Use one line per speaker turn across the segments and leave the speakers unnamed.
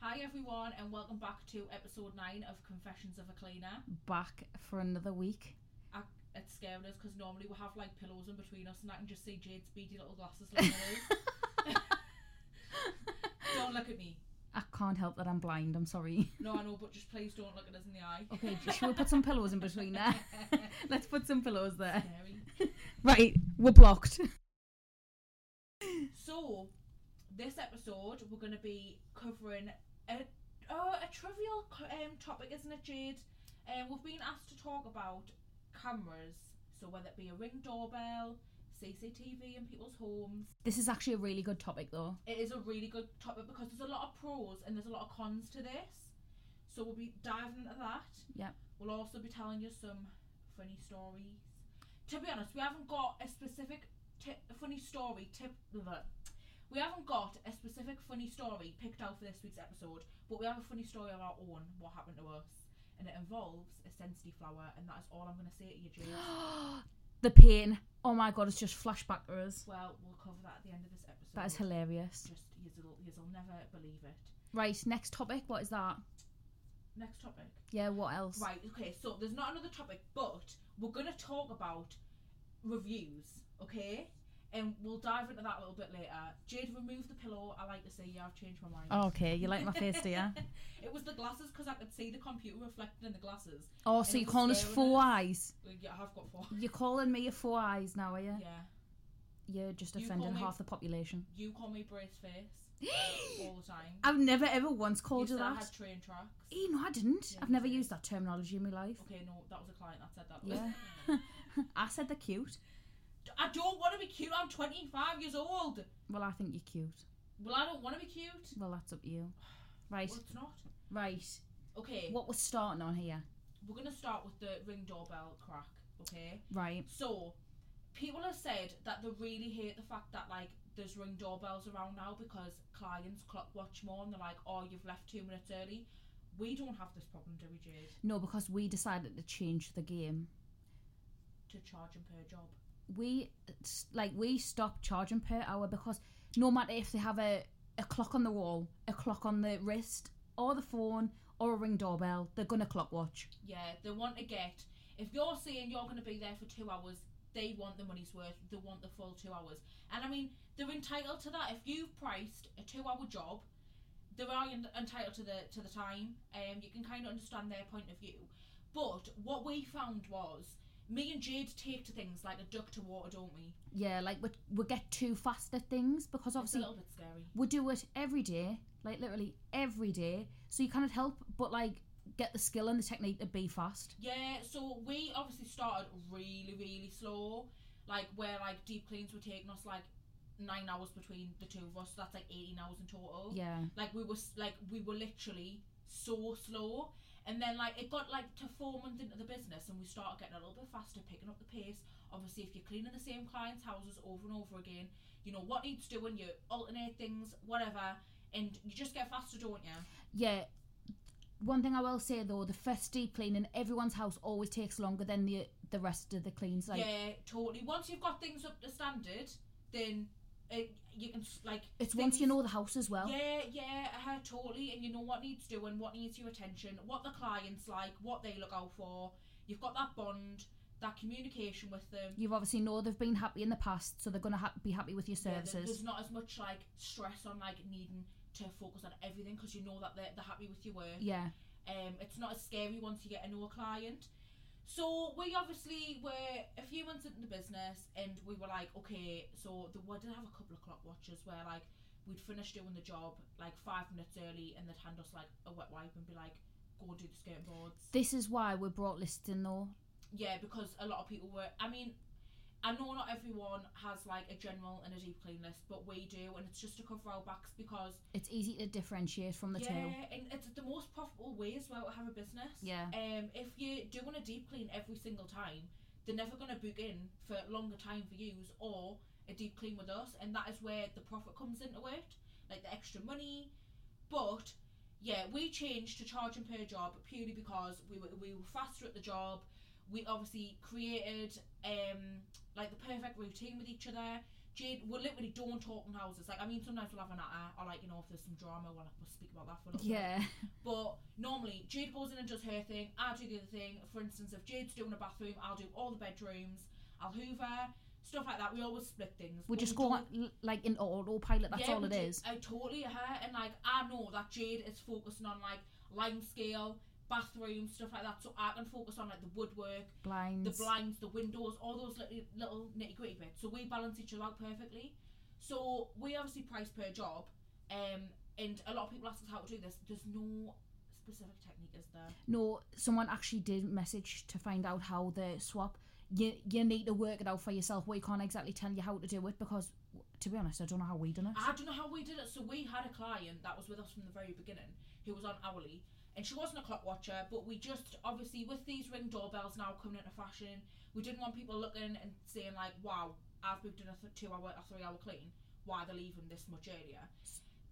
Hi everyone, and welcome back to episode nine of Confessions of a Cleaner.
Back for another week.
I, it's scaring us because normally we have like pillows in between us, and I can just see Jade's beady little glasses. Looking at us. don't look at me.
I can't help that I'm blind. I'm sorry.
No, I know, but just please don't look at us in the eye.
Okay, shall we put some pillows in between there? Let's put some pillows there.
Scary.
Right, we're blocked.
So, this episode we're going to be covering a, oh, a trivial co- um, topic, isn't it, Jade? Um, we've been asked to talk about cameras, so whether it be a ring doorbell, CCTV in people's homes.
This is actually a really good topic, though.
It is a really good topic because there's a lot of pros and there's a lot of cons to this. So we'll be diving into that.
Yep.
We'll also be telling you some funny stories. To be honest, we haven't got a specific ti funny story tip. bleh. We haven't got a specific funny story picked out for this week's episode, but we have a funny story of our own, what happened to us. And it involves a sensitive flower, and that is all I'm going to say to you, Jade.
The pain. Oh my god, it's just flashback to us.
well, we'll cover that at the end of this episode.
That is hilarious.
Just, you'll, you'll never believe it.
Right, next topic. What is that?
Next topic.
Yeah, what else?
Right, okay, so there's not another topic, but we're going to talk about reviews, okay? And we'll dive into that a little bit later. Jade, remove the pillow. I like to see you. I've changed my mind.
Oh, Okay, you like my face, do you?
It was the glasses because I could see the computer reflected in the glasses.
Oh, so
And
you're
it was
calling us
staring
four
at
eyes.
Like, yeah, I've got four.
You're calling me a four eyes now, are you?
Yeah.
You're just
You
offending
call me-
half the population.
You call me brace face all the time.
I've never ever once
You
called you,
said I
that.
had train tracks.
Eh, no, I didn't.
Yeah,
I've
you
never
did.
used that terminology in my life.
Okay, no, that was a client that said that.
Yeah. I said they're cute.
I don't want to be cute. I'm 25 years old.
Well, I think you're cute.
Well, I don't want to be cute.
Well, that's up to you. Right,
Well, it's not.
right.
Okay.
What we're starting on here.
we're going to start with the ring doorbell crack, okay?
Right.
So, people have said that they really hate the fact that, like, there's ring doorbells around now because clients clock watch more and they're like, oh, you've left two minutes early. We don't have this problem, do we, Jade?
No, because we decided to change the game.
To charge them per job.
We, it's like, we stopped charging per hour because no matter if they have a, a clock on the wall, a clock on the wrist, or the phone, or a ring doorbell, they're going to clock watch.
Yeah, they want to get. If you're saying you're going to be there for two hours, they want the money's worth. They want the full two hours. And I mean, they're entitled to that. If you've priced a two-hour job, they are en- entitled to the to the time. Um, you can kind of understand their point of view. But what we found was, me and Jade take to things like a duck to water, don't we?
Yeah, like, we, we get too fast at things because
It's a
obviously
little bit scary.
we do it every day, like literally every day. So you cannot help but like get the skill and the technique to be fast.
Yeah, so we obviously started really, really slow. Like where like deep cleans were taking us like nine hours between the two of us. So that's like eighteen hours in total.
Yeah.
Like we were s- like we were literally so slow. And then like it got like to four months into the business and we started getting a little bit faster, picking up the pace. Obviously if you're cleaning the same clients' houses over and over again, you know what needs doing, you alternate things, whatever, and you just get faster, don't you?
Yeah. One thing I will say though, the first deep clean in everyone's house always takes longer than the the rest of the cleans. Like
yeah, totally. Once you've got things up to standard, then it, you can s- like.
it's once you
things-
know the house as well.
Yeah, yeah, uh, totally. And you know what needs doing, what needs your attention, what the clients like, what they look out for. You've got that bond, that communication with them.
You obviously know they've been happy in the past, so they're gonna ha- be happy with your
Yeah, there-
services.
there's not as much like stress on like needing to focus on everything because you know that they're, they're happy with your work.
Yeah,
Um, it's not as scary once you get to know a client. So we obviously were a few months into the business, and we were like, okay, so the, we did have a couple of clock watches where like we'd finish doing the job like five minutes early, and they'd hand us like a wet wipe and be like, go and do the skirting boards.
this is why we're listing though.
Yeah, because a lot of people were. I mean, I know not everyone has like a general and a deep clean list, but we do, and it's just to cover our backs because
It's easy to differentiate from the
yeah,
two.
and it's the most profitable way as well to have a business.
Yeah.
Um, if you're doing a deep clean every single time, they're never going to book in for longer time for yous or a deep clean with us, and that is where the profit comes into it, like the extra money. But yeah, we changed to charging per job purely because we were we were faster at the job. We obviously created um like the perfect routine with each other. Jade, we're literally don't talk in houses. Like, I mean, sometimes we'll have an hour, or like, you know, if there's some drama, we'll, like, we'll speak about that for a little bit.
Yeah.
But normally, Jade goes in and does her thing. I do the other thing. For instance, if Jade's doing a bathroom, I'll do all the bedrooms. I'll Hoover, stuff like that. We always split things.
We
But
just
do
go
it-
on, l- like in autopilot. That's
yeah,
all
we
it
do-
is.
I totally her and like I know that Jade is focusing on like line scale, bathroom stuff like that. So I can focus on like the woodwork, the
Blinds.
blinds, the windows, all those little, little nitty gritty bits. So we balance each other out perfectly. So we obviously price per job, um, and a lot of people ask us how to do this. There's no specific technique, is there?
No, someone actually did message to find out how the swap. You you need to work it out for yourself. We can't exactly tell you how to do it because, to be honest, I don't know how we done it.
I don't know how we did it. So we had a client that was with us from the very beginning who was on hourly, and she wasn't a clock watcher, but we just obviously with these ring doorbells now coming into fashion, we didn't want people looking and saying like, "Wow, I've booked in a th- two-hour or three-hour clean. Why they're leaving this much earlier?"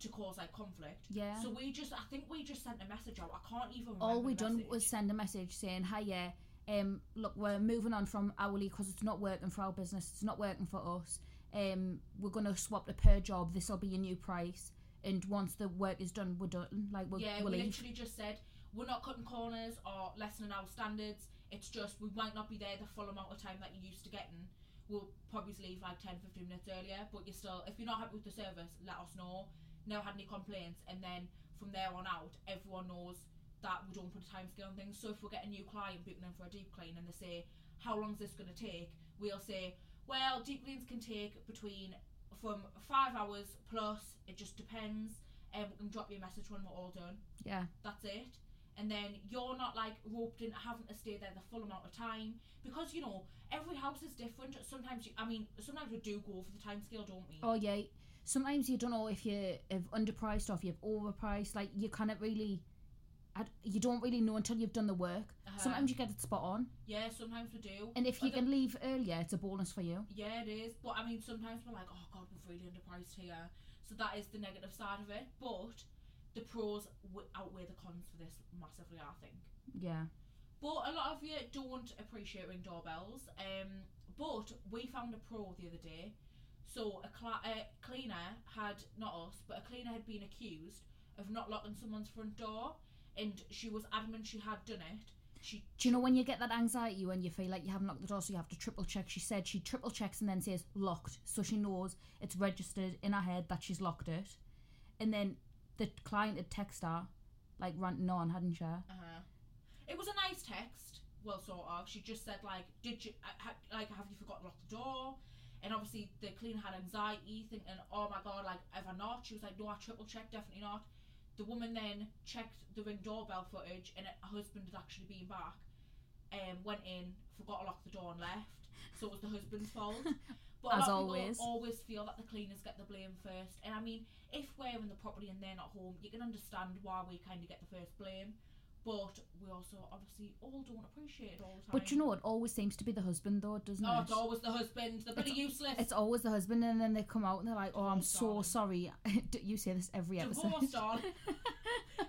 To cause like conflict.
Yeah.
So we just, I think we just sent a message out. I can't even. Remember
all we
the
done
message.
was send a message saying, "Hi, yeah, um, look, we're moving on from hourly because it's not working for our business. It's not working for us. Um, we're gonna swap the per job. This will be your new price. And once the work is done, we're done. Like we'll,
yeah,
we'll
we
leave.
literally just said we're not cutting corners or lessening our standards. It's just we might not be there the full amount of time that you're used to getting. We'll probably leave like 10, 15 minutes earlier, but you're still, if you're not happy with the service, let us know. Never had any complaints, and then from there on out, everyone knows that we don't put a time scale on things. So if we get a new client booking in for a deep clean and they say, How long is this going to take? We'll say, Well, deep cleans can take between from five hours plus, it just depends. um, And we can drop you a message when we're all done
Yeah,
that's it. And then you're not like roped into having to stay there the full amount of time because you know every house is different. Sometimes you, I mean, sometimes we do go for the time scale, don't we?
oh yeah. Sometimes you don't know if you're if underpriced or if you've overpriced. Like you cannot really, I d you don't really know until you've done the work.
Uh-huh.
Sometimes you get it spot on,
yeah, sometimes we do.
and if you
But the-
can leave earlier, it's a bonus for you.
Yeah, it is. But I mean, sometimes we're like, oh god, we've really underpriced here. So that is the negative side of it. But the pros w- outweigh the cons for this massively, I think.
Yeah.
But a lot of you don't appreciate ring doorbells. Um, but we found a pro the other day. So a cla a cleaner had not us, but a cleaner had been accused of not locking someone's front door, and she was adamant she had done it. She
Do you know when you get that anxiety when you feel like you haven't locked the door, so you have to triple check? She said she triple checks and then says locked, so she knows it's registered in her head that she's locked it. And then the client had texted her, like ranting on, hadn't she?
Uh-huh. It was a nice text. Well, sort of. She just said like, "Did you I- ha, like have you forgotten to lock the door?" And obviously the cleaner had anxiety, thinking, "Oh my god, like have I not?" She was like, "No, I triple checked, definitely not." The woman then checked the ring doorbell footage, and her husband had actually been back. Um, went in, forgot to lock the door, and left. So it was the husband's fault. But a
As
lot of
always.
people always feel that the cleaners get the blame first. And I mean, if we're in the property and they're not home, you can understand why we kind of get the first blame. But we also obviously all don't appreciate it all the time.
But you know, it always seems to be the husband, though, doesn't
oh,
it?
it's always the husband, the bloody useless.
It's always the husband, and then they come out and they're like, "Oh, I'm so sorry." Do- you say this every episode.
Divorce, darling.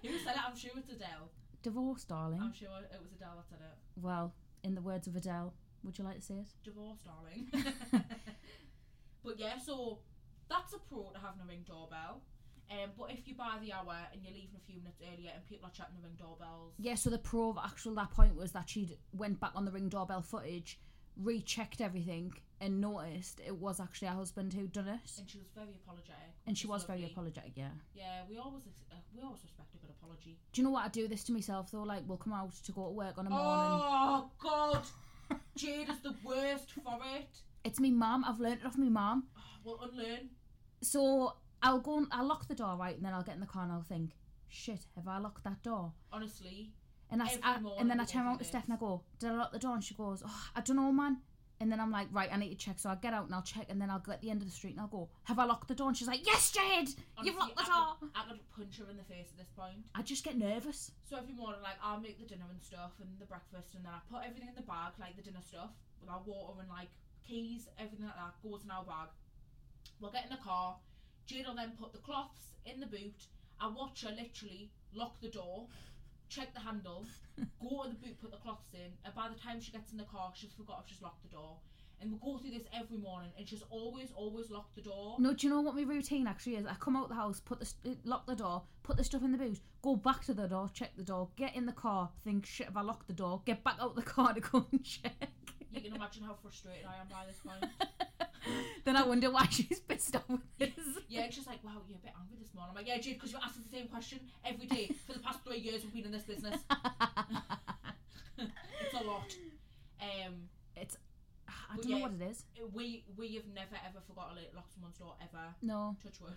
Who said it? I'm sure it's Adele.
Divorce, darling.
I'm sure it was Adele that said it.
Well, in the words of Adele, would you like to say it?
Divorce, darling. but yeah, so that's a pro to having a ring doorbell. Um, but if you buy the hour and you're leaving a few minutes earlier and people are chatting the ring doorbells,
Yeah, so the pro of actual that point was that she'd went back on the ring doorbell footage, rechecked everything, and noticed it was actually her husband who'd done it.
and she was very apologetic.
And she was very
apologetic.
apologetic, yeah.
Yeah, we always ex- uh, we always respect a good apology.
Do you know what? I do this to myself though, like we'll come out to go to work on a morning.
Oh God, Jade is the worst for it.
It's me mum, I've learnt it off my mum.
Oh, We'll unlearn.
So I'll go and I'll lock the door right and then I'll get in the car and I'll think, Shit, have I locked that door?
Honestly,
And I,
Every
I
morning
and then I
we
turn
do
around to
this.
Steph and I go, Did I lock the door? And she goes, oh, I don't know, man. And then I'm like, right, I need to check. So I get out and I'll check, and then I'll go at the end of the street and I'll go, Have I locked the door? And she's like, Yes, Jade,
honestly
you've locked the
I
door.
could, I could punch her in the face at this point.
I just get nervous.
So every morning, like I'll make the dinner and stuff and the breakfast, and then I put everything in the bag, like the dinner stuff, with our water and like keys, everything like that goes in our bag. We'll get in the car. Jade will then put the cloths in the boot. I watch her literally lock the door, check the handle, go to the boot, put the cloths in, and by the time she gets in the car, she's forgot if she's locked the door. and we go through this every morning and she's always always locked the door
No, do you know what my routine actually is? I come out the house, put the st- eh, lock the door, put the stuff in the boot, go back to the door, check the door, get in the car, think shit if I lock the door, get back out the car to go and check.
you can imagine how frustrated i am by this point
then I wonder why she's pissed off with this.
yeah it's just like wow you're a bit angry this morning i'm like yeah dude because you asked the same question every day for the past three years we've been in this business it's a lot um
I
But
don't know
yeah.
what it is.
we we have never ever forgotten to lock someone's door ever
No,
touch wood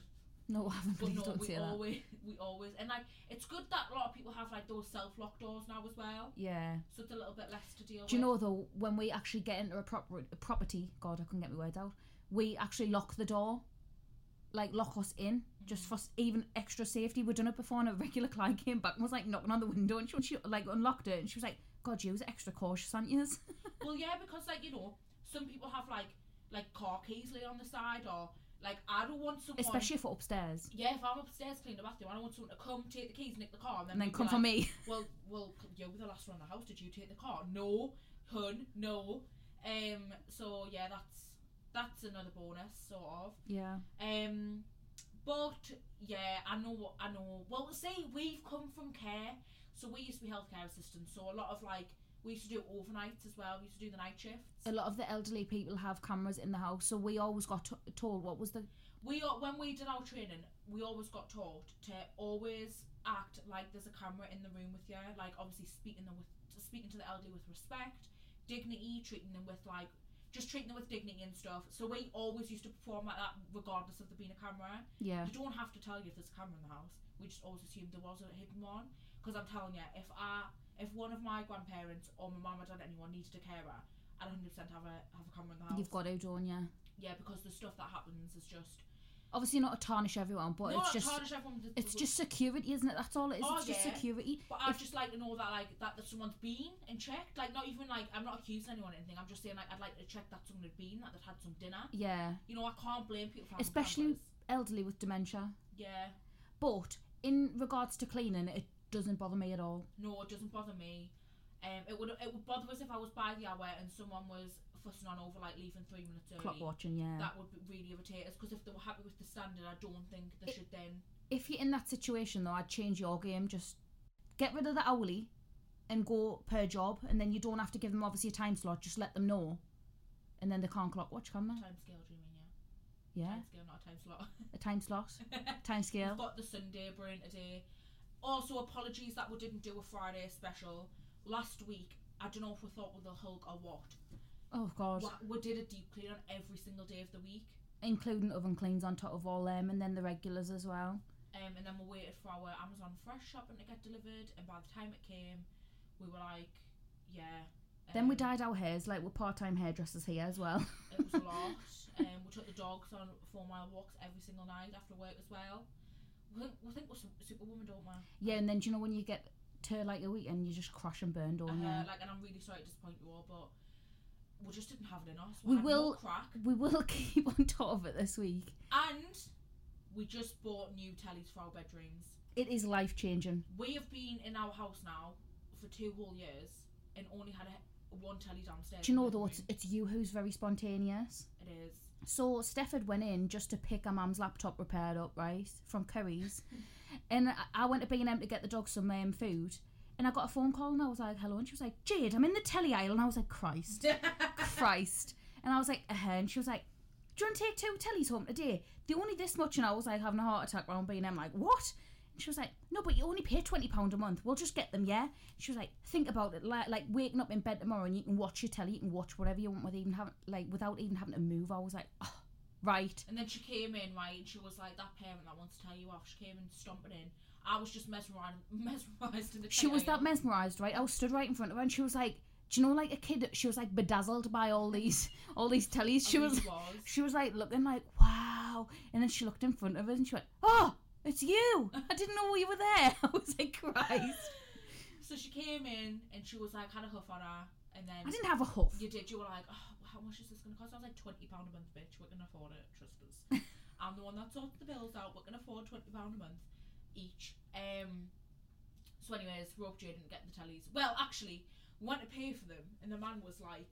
no, I haven't.
But
Please
no,
don't
we
say that.
always we always and like it's good that a lot of people have like those self locked doors now as well,
Yeah.
so it's a little bit less to deal
Do you
with.
know though, when we actually get into a proper a property, God, I couldn't get my words out. We actually lock the door, like lock us in, just for s- even extra safety. We've done it before, and a regular client came back and was like knocking on the window, and she, she like unlocked it, and she was like, "God, you was extra cautious, aren't you?"
Well, yeah, because like you know, some people have like like car keys laid on the side, or like I don't want someone.
Especially if we're upstairs,
yeah, if I'm upstairs cleaning the bathroom, I don't want someone to come take the keys, nick the car, and then,
and then
we'd be
come
like,
for me.
Well, well, you were the last one in the house. Did you take the car? No, hun, no. Um, so yeah, that's that's another bonus, sort of.
Yeah.
Um, but yeah, I know what I know. Well, see, we've come from care, so we used to be healthcare assistants. So a lot of like we used to do overnights as well. We used to do the night shifts.
A lot of the elderly people have cameras in the house, so we always got to- told what was the
We al- when we did our training, we always got taught to always act like there's a camera in the room with you. Like obviously speaking them with speaking to the elderly with respect, dignity, treating them with like just treating them with dignity and stuff. So we always used to perform like that, regardless of there being a camera.
yeah.
You don't have to tell you if there's a camera in the house. We just always assumed there was a hidden one. Because I'm telling you, if I, if one of my grandparents or my mum or dad, anyone needed a carer, I'd 100% have a have a camera in the house.
You've got to, don't you?
yeah, because the stuff that happens is just.
Obviously, not to tarnish everyone, but
no,
it's
not
just
tarnish everyone. with-
it's
with-
just security, isn't it? That's all it is.
Oh,
it's just
yeah.
security.
But I'd just like to know that like that, that someone's been and checked. Like not even like I'm not accusing anyone or anything. I'm just saying like I'd like to check that someone had been that they'd had some dinner.
Yeah.
You know I can't blame people. For having
Especially-
cameras.
elderly with dementia.
Yeah.
But in regards to cleaning, it doesn't bother me at all.
No, it doesn't bother me. Um, it would it would bother us if I was by the hour and someone was fussing on over like leaving three minutes early.
Clock watching, yeah.
That would be really irritate us because if they were happy with the standard, I don't think they
It-
should then.
if you're in that situation though, I'd change your game. Just get rid of the hourly and go per job, and then you don't have to give them obviously a time slot. Just let them know, and then they can't clock watch, can they?
Time scale, do you mean yeah?
Yeah,
Time scale, not a time slot.
a time slot, time
We've
scale.
got the Sunday brain today. Also, apologies that we didn't do a Friday special last week. I don't know if we thought with the Hulk or what.
Oh god,
We- We did a deep clean on every single day of the week,
including oven cleans on top of all them, and then the regulars as well.
um, and then we waited for our Amazon Fresh shopping to get delivered. And by the time it came, we were like, yeah.
Then we
um,
dyed our hairs like we're part-time hairdressers here as well.
It was a lot. um, we took the dogs on four mile walks every single night after work as well. We think, we think we're su- superwoman, don't we?
yeah, and then do you know when you get to like a weekend, you just crash and burn, don't you?
Uh, like, and I'm really sorry to disappoint you all, but we just didn't have it in us.
We
had no
will-
crack,
We will keep on top of it this week.
and we just bought new tellies for our bedrooms.
It is life changing.
We have been in our house now for two whole years and only had a, one telly downstairs.
Do you
in
know
the
though, it's,
living
it's you who's very spontaneous.
room. It is.
So Stefford went in just to pick her mum's laptop repaired up, right, from Curry's, and I- I went to B and M to get the dog some um, food, and I got a phone call and I was like, "Hello," and she was like, "Jade, I'm in the telly aisle," and I was like, "Christ, Christ," and I was like, "Uh," and she was like. Do you want to take two tellies home today? They're only this much, and I was like having a heart attack round B&M, like, what? And she was like, no, but you only pay £20 a month. We'll just get them, yeah? She was like, think about it, like, like waking up in bed tomorrow and you can watch your telly, you can watch whatever you want with even having, like, without even having to move. I was like, oh, right.
And then she came in, right, and she was like, that parent that wants to tell you off, she came in stomping in. I was just mesmerised, mesmerised in the
She
telly
was
aisle.
that mesmerised, right? I was stood right in front of her and she was like, do you know, like a kid, she was like bedazzled by all these, all these tellies. She
I
was,
really was.
she was like looking like, wow. And then she looked in front of us and she went, oh, it's you. I didn't know you were there. I was like, Christ.
So she came in and she was like had a huff on her, and then
I didn't have a huff.
you did. You were like, oh, how much is this going to cost? I was like, twenty pound a month, bitch. We're going to afford it. Trust us. I'm the one that sorts the bills out. We're going to afford twenty pound a month each. Um. So, anyways, Rob Jay didn't get the tellies. Well, actually, we went to pay for them, and the man was like,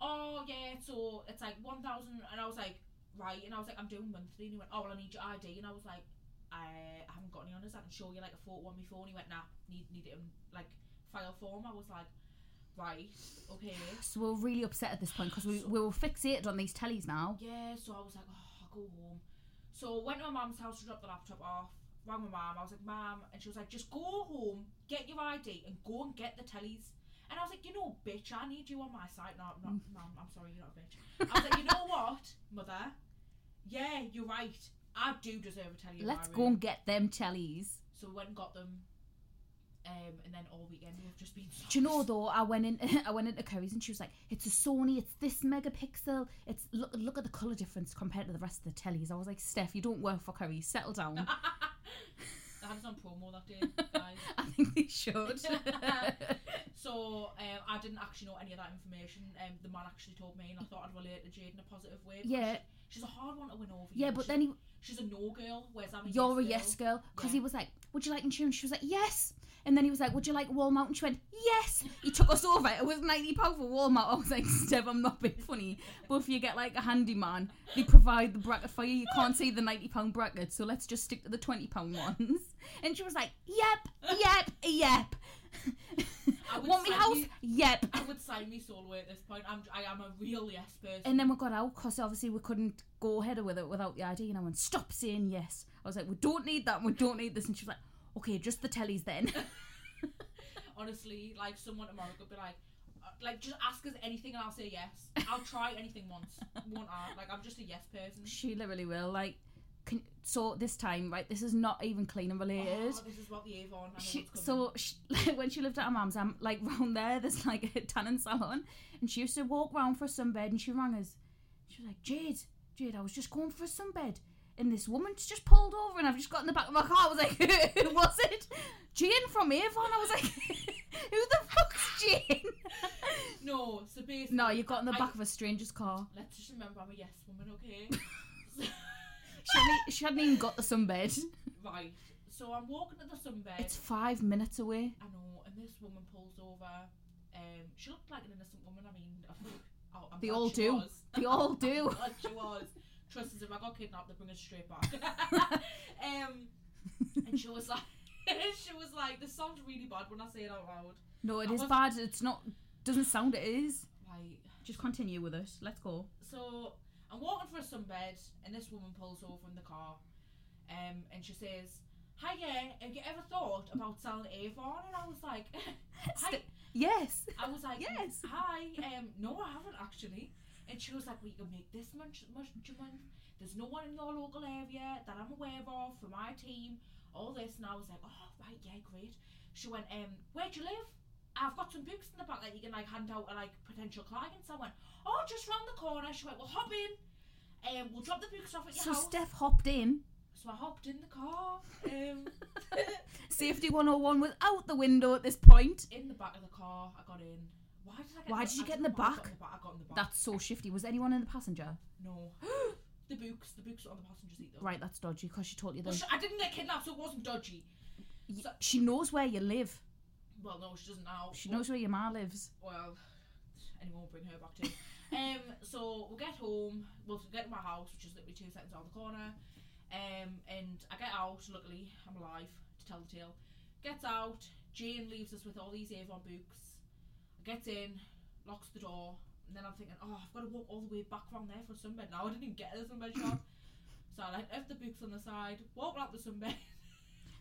oh yeah, so it's like one thousand, and I was like, right, and I was like, I'm doing monthly, and he went, oh well, I need your ID, and I was like, I, I haven't got any on us. I can show you like a photo on my phone. He went, nah, need need it in like file form. I was like, right, okay.
So we're really upset at this point because we, we were fixated on these tellies now.
Yeah, so I was like, oh, I'll go home. So went to my mum's house to drop the laptop off. Rang my mum. I was like, mum, and she was like, just go home, get your ID, and go and get the tellies. And I was like, you know, bitch, I need you on my side. No, I'm
Mm.
not, mum. I'm sorry, you're not a bitch. I was like, you know what, mother? Yeah, you're right. I do deserve a telly. in my
Let's
room."
go and get them tellies.
So we went and got them. Um, and then all weekend we've just been.
Do you know though? I went in. I went into Curry's and she was like, "It's a Sony. It's this megapixel. It's look look at the color difference compared to the rest of the tellies." I was like, "Steph, you don't work for Curry's. Settle down."
I had us on promo that day, guys.
I think they should.
So um, I didn't actually know any of that information. Um, the man actually told me, and I thought I'd relate to Jade in a positive way. because
yeah,
she- she's a hard one to win over.
yeah,
you know,
but
she's-
then he,
she's a no girl. Whereas I'm a
you're a
yes.
yes girl because he
Yeah.
was like, "Would you like insurance?" She was like, "Yes." And then he was like, "Would you like Walmart?" And she went, "Yes." He took us over. It was ninety pound for Walmart. I was like, "Steph, I'm not being funny, but if you get like a handyman, they provide the bracket for you. You can't see the ninety pound bracket, so let's just stick to the twenty pound ones." And she was like, "Yep, yep, yep."
I would
Want me
sign
house?
you-
Yep.
girl. I would sign me soul away at this point. I'm I am a real yes person.
And then we got out because obviously we couldn't go ahead with it without the ID. And I went, stop saying yes. I was like, we don't need that. We don't need this. And she was like, okay, just the tellies then.
Honestly, like someone tomorrow could be like, uh, like just ask us anything and I'll say yes. I'll try anything once. Won't I? Like I'm just a yes person.
she literally will. Like, can, so this time, right? This is not even cleaning related.
Oh, this is what the Avon. I know
she,
what's coming.
so she, like, when she lived at her mum's, I'm like round there. There's like a tanning salon, and she used to walk round for a sunbed. And she rang us. She was like, "Jade, Jade, I was just going for a sunbed, and this woman's just pulled over, and I've just got in the back of my car." I was like, "Who was it? Jane from Avon?" I was like, "Who the fuck's Jane?"
no, so basically,
no, you got in the
I-
back of a stranger's car.
Let's just remember I'm a yes woman, okay?
She hadn't, e, she hadn't even got the sunbed.
right. So I'm walking to the sunbed.
It's five minutes away.
I know, and this woman pulls over. Um, she looked like an innocent woman. I mean, oh, I'm
They
glad
all
she
do.
Was.
They all
I'm
do.
glad she was. Trust us, if I got kidnapped, they bring us straight back. um, and she was like, she was like, this sounds really bad when I say it out loud.
No, it
I
is
was-
bad. It's not. Doesn't sound it is.
Right.
Just continue with us. Let's go.
So I'm walking for a sunbed, and this woman pulls over in the car, um, and she says, "Hi, yeah, have you ever thought about selling Avon?" And I was like, "Hi."
St- yes.
I was like,
Yes.
Hi. Um, no, I haven't actually." And she was like, "We can make this much, much a month. There's no one in your local area that I'm aware of for my team. All this." And I was like, "Oh, right, yeah, great." She went, um, "Where do you live?" I've got some books in the back that you can like hand out to like potential clients. I went, oh, just round the corner. She went, well, hop in, um, we'll drop the books off at your
So
house.
Steph hopped in.
so I hopped in the car, um,
Safety 101 was out the window at this point.
in the back of the car. I got in. Why did I get?
Why
in
did you
I
get in
don't
the
know why I got
back?
in the back. I got in the back.
That's so shifty. Was anyone in the passenger?
No, the books, the books were on the passenger seat though.
Right, that's dodgy because she told you
Well,
that
sh- I didn't get kidnapped, so it wasn't dodgy.
y-
so-
she knows where you live.
Well, no, she doesn't now.
She
but-
knows where your ma lives.
well, anyone will bring her back to. um, so we get home, well, we get to my house, which is literally two seconds down the corner. Um, and I get out, luckily, I'm alive to tell the tale. Gets out, Jane leaves us with all these Avon books. I get in, locks the door, and then I'm thinking, oh, I've got to walk all the way back round there for a sunbed now. I didn't even get to the sunbed shop. So I like left the books on the side, walked out the sunbed.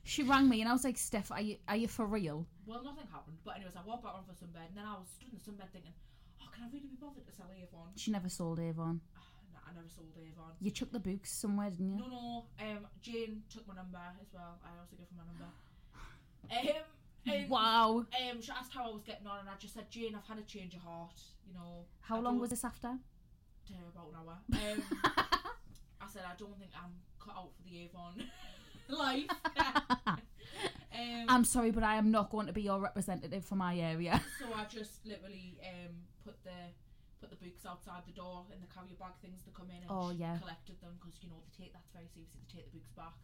She rang me and I was like, Steph, are you are you for real?
Well, nothing happened, but anyways, I walked back round for sunbed, and then I was stood in the sunbed thinking, oh, can I really be bothered to sell Avon?
She never sold Avon.
Nah, I never sold Avon.
You took the books somewhere, didn't you?
No, no. Um, Jane took my number as well. I also gave her my number. Um, and,
Wow.
Um, she asked how I was getting on, and I just said, Jane, I've had a change of heart. You know.
How
I
long
don't-
was this after?
to her about an hour. Um, I said, I don't think I'm cut out for the Avon life. um,
I'm sorry, but I am not going to be your representative for my area.
so I just literally um put the put the books outside the door in the carrier bag things that come in and
Oh,
sh-
yeah.
collected them because you know they take that's very seriously they take the books back.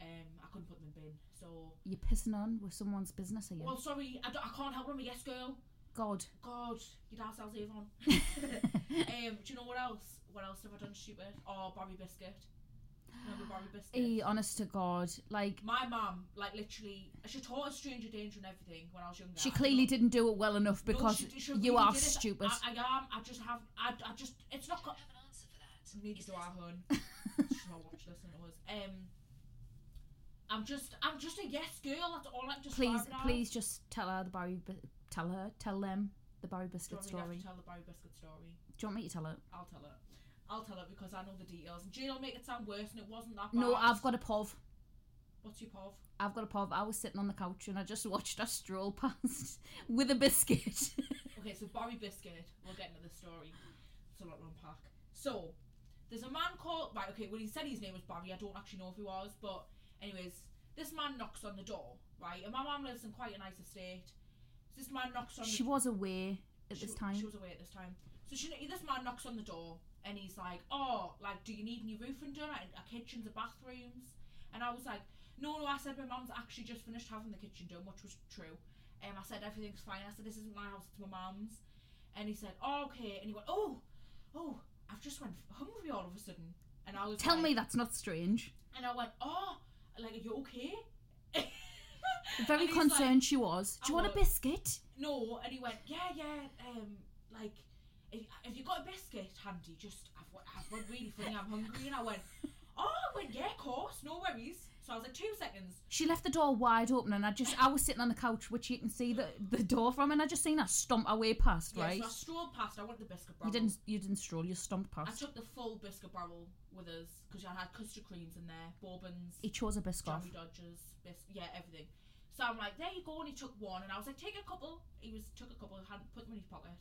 Um, I couldn't put them in bin, so
You're pissing on with someone's business, are you?
Well, sorry, I, don't- I can't help. I'm a yes girl.
God.
God, you'd ask Avon.
Eh,
Um, do you know what else? What else have I done stupid? Oh, Bobby Biscuit. Remember Bobby Biscuit?
honest to God, like
My mum, like literally, she taught us stranger danger and everything when I was younger.
she
I
clearly
don't-
didn't do it well enough
No,
because
she- she
you
really
are
did it.
stupid.
I, I am. I just have. I, I just. It's not. Co-
have an answer for that.
neither
Is
do
there
I, hun. She's not watch this and it was. Um, I'm just. I'm just a yes girl. That's all I can just.
please,
describe now.
please just tell her the Barry, Bi- tell her, tell them the Barry
Do you
Biscuit
want me to have
story.
to tell the Barry Biscuit story?
Do you want me to tell it?
I'll tell it. I'll tell it because I know the details. And Jane will make it sound worse, and it wasn't that bad.
No, I've got a pov.
What's your pov?
I've got a pov. I was sitting on the couch and I just watched her stroll past with a biscuit.
Okay, so Barry Biscuit. We'll get into the story. It's a lot to unpack. So, there's a man called. Right, okay, well, he said his name was Barry. I don't actually know if he was, but, anyways, this man knocks on the door, right? And my mum lives in quite a nice estate. This man knocks on the
she was away at
she-
this time.
She was away at this time. So she, this man knocks on the door and he's like, "Oh, like, do you need any roofing done? Like, our uh, kitchens, our bathrooms." And I was like, "No, no." I said, "My mum's actually just finished having the kitchen done, which was true." Um, I said, "Everything's fine." I said, "This isn't my house; it's my mum's." And he said, "Oh, okay." And he went, "Oh, oh, I've just went hungry all of a sudden." And I was
Tell
like,
me that's not strange.
And I went, "Oh, like, are you okay?" And
Very
he's like,
concerned she was. Do you
"I
want a
will-
biscuit?
no, and he went, yeah, yeah, um, like, if, if you got a biscuit handy, just, I've, wa- I've went really funny, I'm hungry, and I went, oh, I went, yeah, of course, no worries. So I was like, two seconds.
She left the door wide open and I just I was sitting on the couch which you can see the, the door from and I just seen her stomp her way past,
Yeah,
right?
so I strolled past, I went to the biscuit
you
barrel.
didn't you didn't stroll, you stomped
I
past.
took the full biscuit barrel with us, because I had custard creams in there, bourbons,
He chose a biscuit.
jammy dodgers, bis- yeah, everything. So I'm like, there you go, and he took one, and I was like, take a couple. He was took a couple, had put them in his pocket.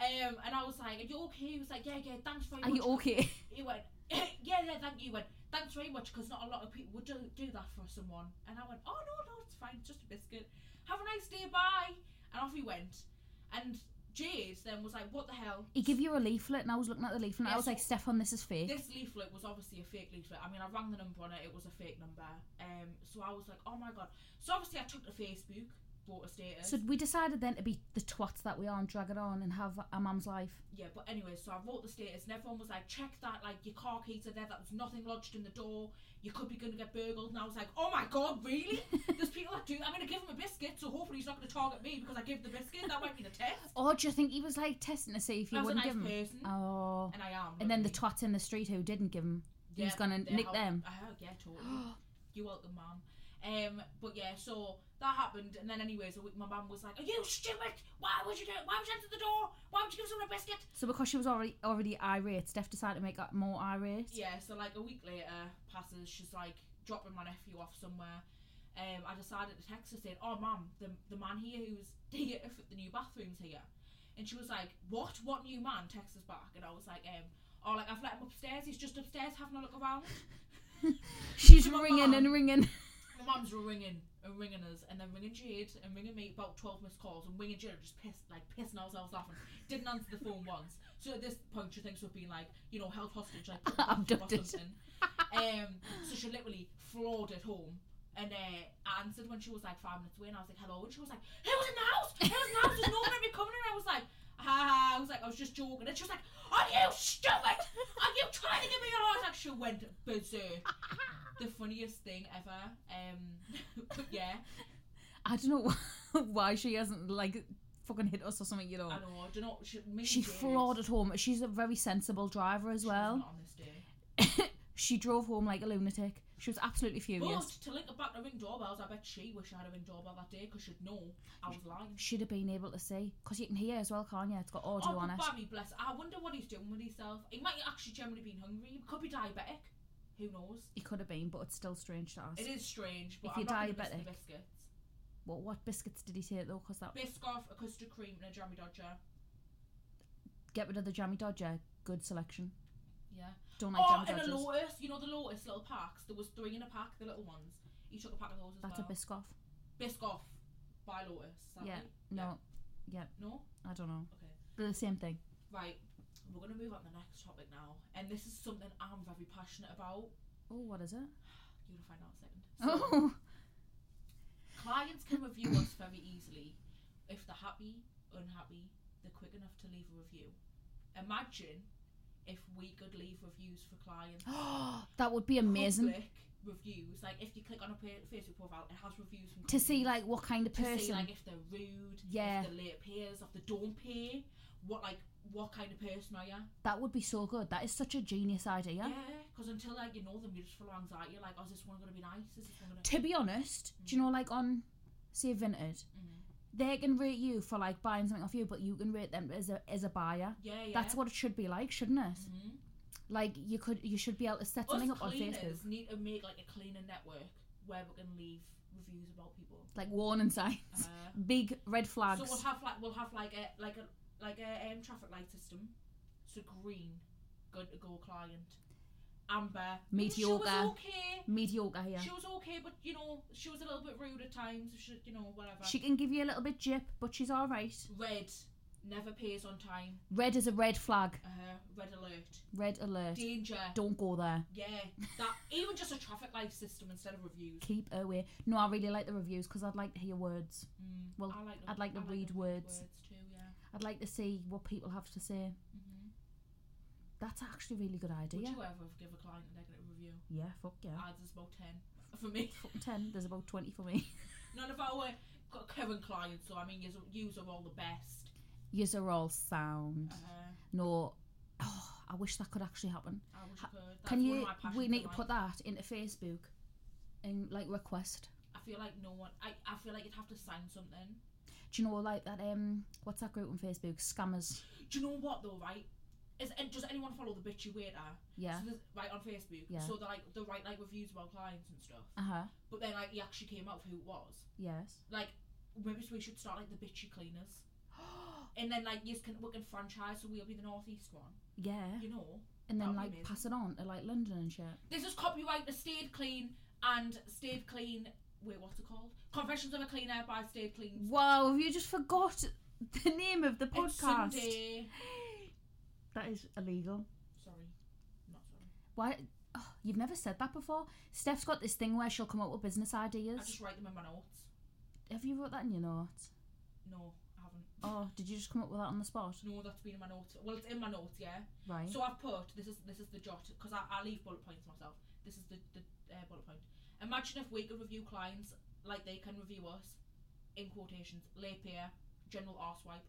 Um, and I was like, are you okay? He was like, yeah, yeah, thanks very
Are
much.
you okay?
he went, yeah, yeah, thank you. He went, thanks very much, because not a lot of people would do, do that for someone. And I went, oh, no, no, it's fine, it's just a biscuit. Have a nice day, bye. And off he went. And Jade then was like, what the hell?
He gave you a leaflet and I was looking at the leaflet and I
Yeah,
was
so-
like, Stefan, this is fake.
This leaflet was obviously a fake leaflet. I mean, I rang the number on it, it was a fake number. Um, so I was like, oh my god. So obviously, I took to Facebook, bought a status.
So we decided then to be the twats that we are and drag it on and have our mum's life.
yeah, but anyway, so I wrote the status, and everyone was like, check that, like, your car keys are there, that was nothing lodged in the door, you could be going to get burgled. And I was like, oh my god, really? There's people that do. I'm going to give him a biscuit, so hopefully he's not going to target me because I gave the biscuit. That might be the test.
Or Oh, do you think he was like testing to see if you
I was a
wouldn't
nice
give him?
person,
Oh.
and I am.
And then the
really.
twat in the street who didn't give him.
yeah,
who's gonna
they're
nick
out-
them?
Oh, yeah, totally. You're welcome, mum. Um, but yeah, so that happened, and then anyways, my mum was like, "Are you stupid? Why would you do it? Why would you enter the door? Why would you give someone a biscuit?"
So because she was already already irate, Steph decided to make her more irate.
Yeah, so like a week later passes, she's like dropping my nephew off somewhere. Um, I decided to text her saying, "Oh, mum, the the man here who's here for the new bathrooms here," and she was like, "What? What new man?" Texts us back, and I was like, um, "Oh, like I've let him upstairs. He's just upstairs having a look around."
She's
To my
ringing
mum.
and ringing.
My mum's were ringing and ringing us, and then ringing Jade and ringing me about twelve missed calls, and ringing Jade just pissed, like pissing ourselves laughing. Didn't answer the phone once. So at this point, she thinks we've been like, you know, held hostage, like put in a box
Abducted.
or something. um, so she literally floored at home. And uh, I answered when she was like five minutes away, and I was like, "Hello," and she was like, "Who was in the house? Who was in the house? There's no one in me coming." And I was like, "Ha ha!" ha." I was like, "I was just joking." And she was like, "Are you stupid? Are you trying to give me a heart attack?" She went berserk the funniest thing ever. Um, but yeah,
I don't know wh- why she hasn't like fucking hit us or something, you know.
I know. Do you know? She, me and
She
Jade-
floored at home. She's a very sensible driver as
she was
well.
not on this day.
She drove home like a lunatic. She was absolutely
But
furious.
to link it back to ring doorbells, I bet she wished I had a ring doorbell that day because she'd know I was lying.
Should have been able to see because you can hear as well, can't you? It's got audio
oh,
on
but
it.
Barry, bless. I wonder what he's doing with himself. He might actually generally been hungry. He could be diabetic. Who knows?
It could have been, but it's still strange to ask.
It is strange, but
If
I'm
you're
not gonna miss
diabetic.
the biscuits.
What what biscuits did he take though? Because that
Biscoff, a custard cream, and a jammy dodger.
get rid of the jammy dodger. Good selection.
Yeah.
Don't like
Oh,
jammy
and
dodgers.
a lotus. You know the lotus little packs. There was three in a pack, the little ones. He took a pack of those as
That's
well.
a biscoff.
Biscoff by Lotus. Is that
Yeah.
right?
No,
No?
I don't know.
Okay.
They're the same thing.
Right. We're going to move on to the next topic now. And this is something I'm very passionate about.
Oh, what is it?
You're going to find out in a second. So,
Oh,
clients can review us very easily if they're happy unhappy, they're quick enough to leave a review. Imagine if we could leave reviews for clients.
that would be amazing
Public reviews. Like if you click on a pa- Facebook profile, it has reviews from
to
companies
see like what kind of
to
person.
see like if they're rude,
Yeah.
if they're late peers, if they don't pay, what like what kind of person are you?
that would be so good. That is such a genius idea.
because until like you know them, you just feel anxiety. You're like, oh, is this one gonna be nice? Is this one gonna?
To be honest, do you know like on say Vinted,
mm-hmm.
they can rate you for like buying something off you, but you can rate them as a as a buyer.
Yeah, yeah.
That's what it should be like, shouldn't it?
Mhm.
Like you could you should be able to set something
Us
up on
cleaners
Facebook,
need to make like a cleaner network where we can leave reviews about people.
like warning signs,
Uh,
big red flags.
So we'll have like we'll have like a like a like a um, traffic light system. So green, good to go client. Amber, mm, She
Mediocre.
was okay.
Mediocre here.
She was okay, but you know she was a little bit rude at times. She, you know whatever.
She can give you a little bit jip, but she's all right.
red never pays on time.
Red is a red flag.
Uh, red alert.
Red alert.
Danger.
Don't go there.
Yeah, that even just a traffic light system instead of reviews.
Keep away. No, I really like the reviews because I'd like to hear words.
Mm,
Well,
I like
I'd like to
I
read words.
too. Yeah.
I'd like to see what people have to say.
hmm
That's actually a really good
Would
idea.
you ever give a client a negative review?
Yeah, fuck yeah.
Ours is about ten for me.
Fucking 10. There's about 20 for me.
None of our cu- current clients, so I mean, yous, yous are all the best.
Yous are all sound.
Uh,
No. Oh, I wish that could actually happen.
I wish
Ha-
I could. That's
Can
one
you?
of my passions
We need
in
to
life.
put that into Facebook and like request.
I feel like no one. I, I feel like you'd have to sign something.
Do you know like that? Um, what's that group on Facebook? Scammers.
Do you know what though? Right? Is and does anyone follow the bitchy waiter?
Yeah.
So there's- right on Facebook.
Yeah.
So they like they write like reviews about clients and stuff.
Uh huh.
But then like he actually came out with who it was.
Yes.
Like maybe we should start like the bitchy cleaners. And then like you can we can franchise, so we'll be the northeast one.
Yeah.
You know.
And
That would be
then like
amazing.
pass it on to like London and shit.
This is copyright to Stayed Clean and Stayed Clean. Wait, what's it called? Confessions of a Cleaner by Stayed Clean.
Wow, have you just forgot the name of the
It's
podcast?
Sunday.
That is illegal.
Sorry, not sorry.
Why? Oh, you've never said that before. Steph's got this thing where she'll come up with business ideas.
I just write them in my notes.
Have you wrote that in your notes?
No, I haven't.
Oh, did you just come up with that on the spot?
No, that's been in my notes. Well, it's in my notes, yeah.
Right.
So I've put this is this is the jot because I, I leave bullet points myself. This is the, the uh, bullet point. Imagine if we could review clients like they can review us, in quotations, lay peer, general arsewipe.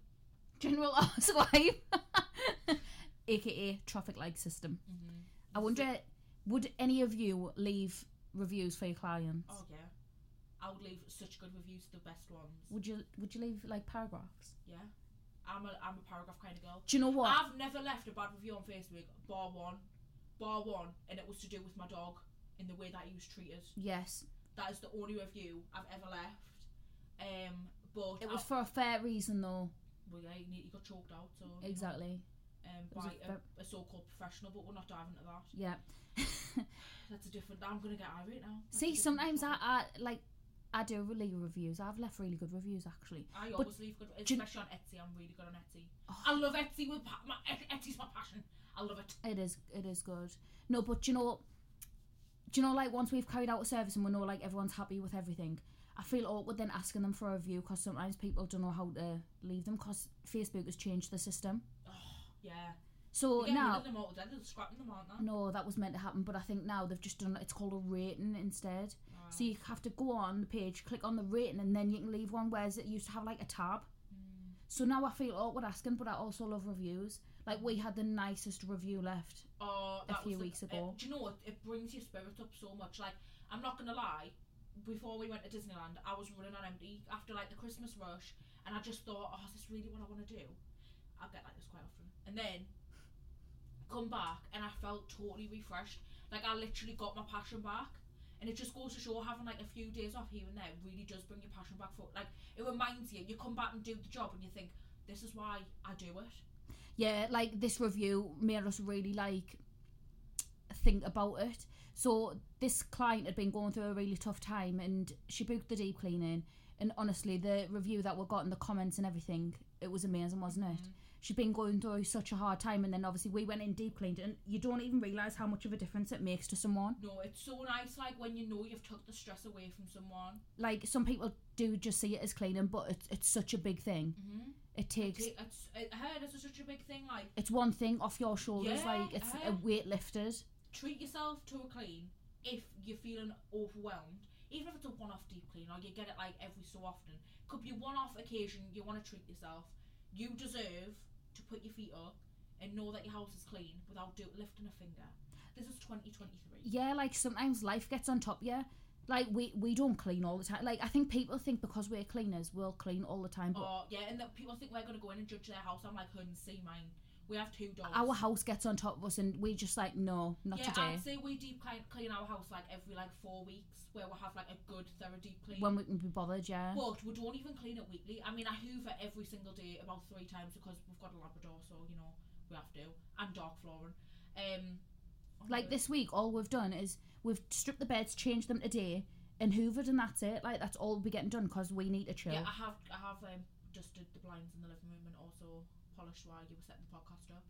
General Arsewipe, aka traffic light system.
Mm-hmm.
I wonder, would any of you leave reviews for your clients?
Oh yeah, I would leave such good reviews, the best ones.
Would you? Would you leave like paragraphs?
Yeah, I'm a I'm a paragraph kind of girl.
Do you know what?
I've never left a bad review on Facebook, bar one, bar one, and it was to do with my dog and the way that he was treated.
yes,
That is the only review I've ever left. Um, but
it
I-
was for a fair reason though.
well, yeah, he, he got choked out, so you know,
Exactly.
um,
It was
by
a
a, a so-called professional. But we're not diving into that.
Yeah.
That's a different. I'm gonna get irate now. That's a
See,
different
sometimes I,
topic.
I like I do leave reviews. I've left really good reviews actually.
I
but-
always leave good,
do you-
especially on Etsy. I'm really good on Etsy.
Oh.
I love Etsy. With pa- my Etsy's my passion. I love it.
It is it is good. No, but do you know do you know like once we've carried out a service and we know like everyone's happy with everything, I feel awkward then asking them for a review because sometimes people don't know how to leave them because Facebook has changed the system.
Yeah.
So
You're getting rid
now
of them all together. They're scrapping them, aren't they?
no, that was meant to happen, but I think now they've just done it's called a rating instead.
Right.
So you have to go on the page, click on the rating, and then you can leave one. Whereas it used to have like a tab.
Mm.
So now I feel awkward asking, but I also love reviews. Like we had the nicest review left.
Oh,
a
that
few
was the-
weeks
it-
ago.
do you know what? It brings your spirits up so much. Like, I'm not gonna lie. Before we went to Disneyland, I was running on empty after like the Christmas rush, and I just thought, oh, is this really what I want to do? I get like this quite often, and then come back, and I felt totally refreshed. Like I literally got my passion back, and it just goes to show having like a few days off here and there really does bring your passion back. For like, it reminds you. You come back and do the job, and you think, this is why I do it.
Yeah, like this review made us really like think about it. So this client had been going through a really tough time, and she booked the deep cleaning. And honestly, the review that we got in the comments and everything, it was amazing, wasn't
Mm. Mm-hmm.
it? She'd been going through such a hard time, and then obviously we went in deep cleaned, and you don't even realise how much of a difference it makes to someone.
No, it's so nice, like when you know you've took the stress away from someone.
Like some people do just see it as cleaning, but it's, it's such a big thing.
Mm-hmm.
It takes
It- It's, it, I heard it's such a big thing. Like
it's one thing off your shoulders,
Yeah,
like it's
uh-huh.
a weight lifted.
treat yourself to a clean if you're feeling overwhelmed. Even if it's a one-off deep clean, or you get it like every so often, could be a one-off occasion you want to treat yourself. You deserve to put your feet up and know that your house is clean without do- lifting a finger. This is 2023.
Yeah, like sometimes life gets on top of you. Like we we don't clean all the time. Like I think people think because we're cleaners, we'll clean all the time. But
Or yeah, and that people think we're gonna go in and judge their house. I'm like, hun, see mine. We have two dogs.
our house gets on top of us, and we just like no, not
Oh, yeah,
today.
I'd say we deep clean, clean our house like every like four weeks, where we'll have like a good thorough deep clean.
When we can be bothered, yeah.
But we don't even clean it weekly. I mean, I hoover every single day about three times because we've got a Labrador, so you know we have to. And dark flooring. Um, oh my
Like
God.
this week, all we've done is we've stripped the beds, changed them today, and hoovered, and that's it. Like that's all we're getting done because we need to chill.
Yeah, I have. I have um, dusted the blinds in the living room and also polished while you were setting the podcast up.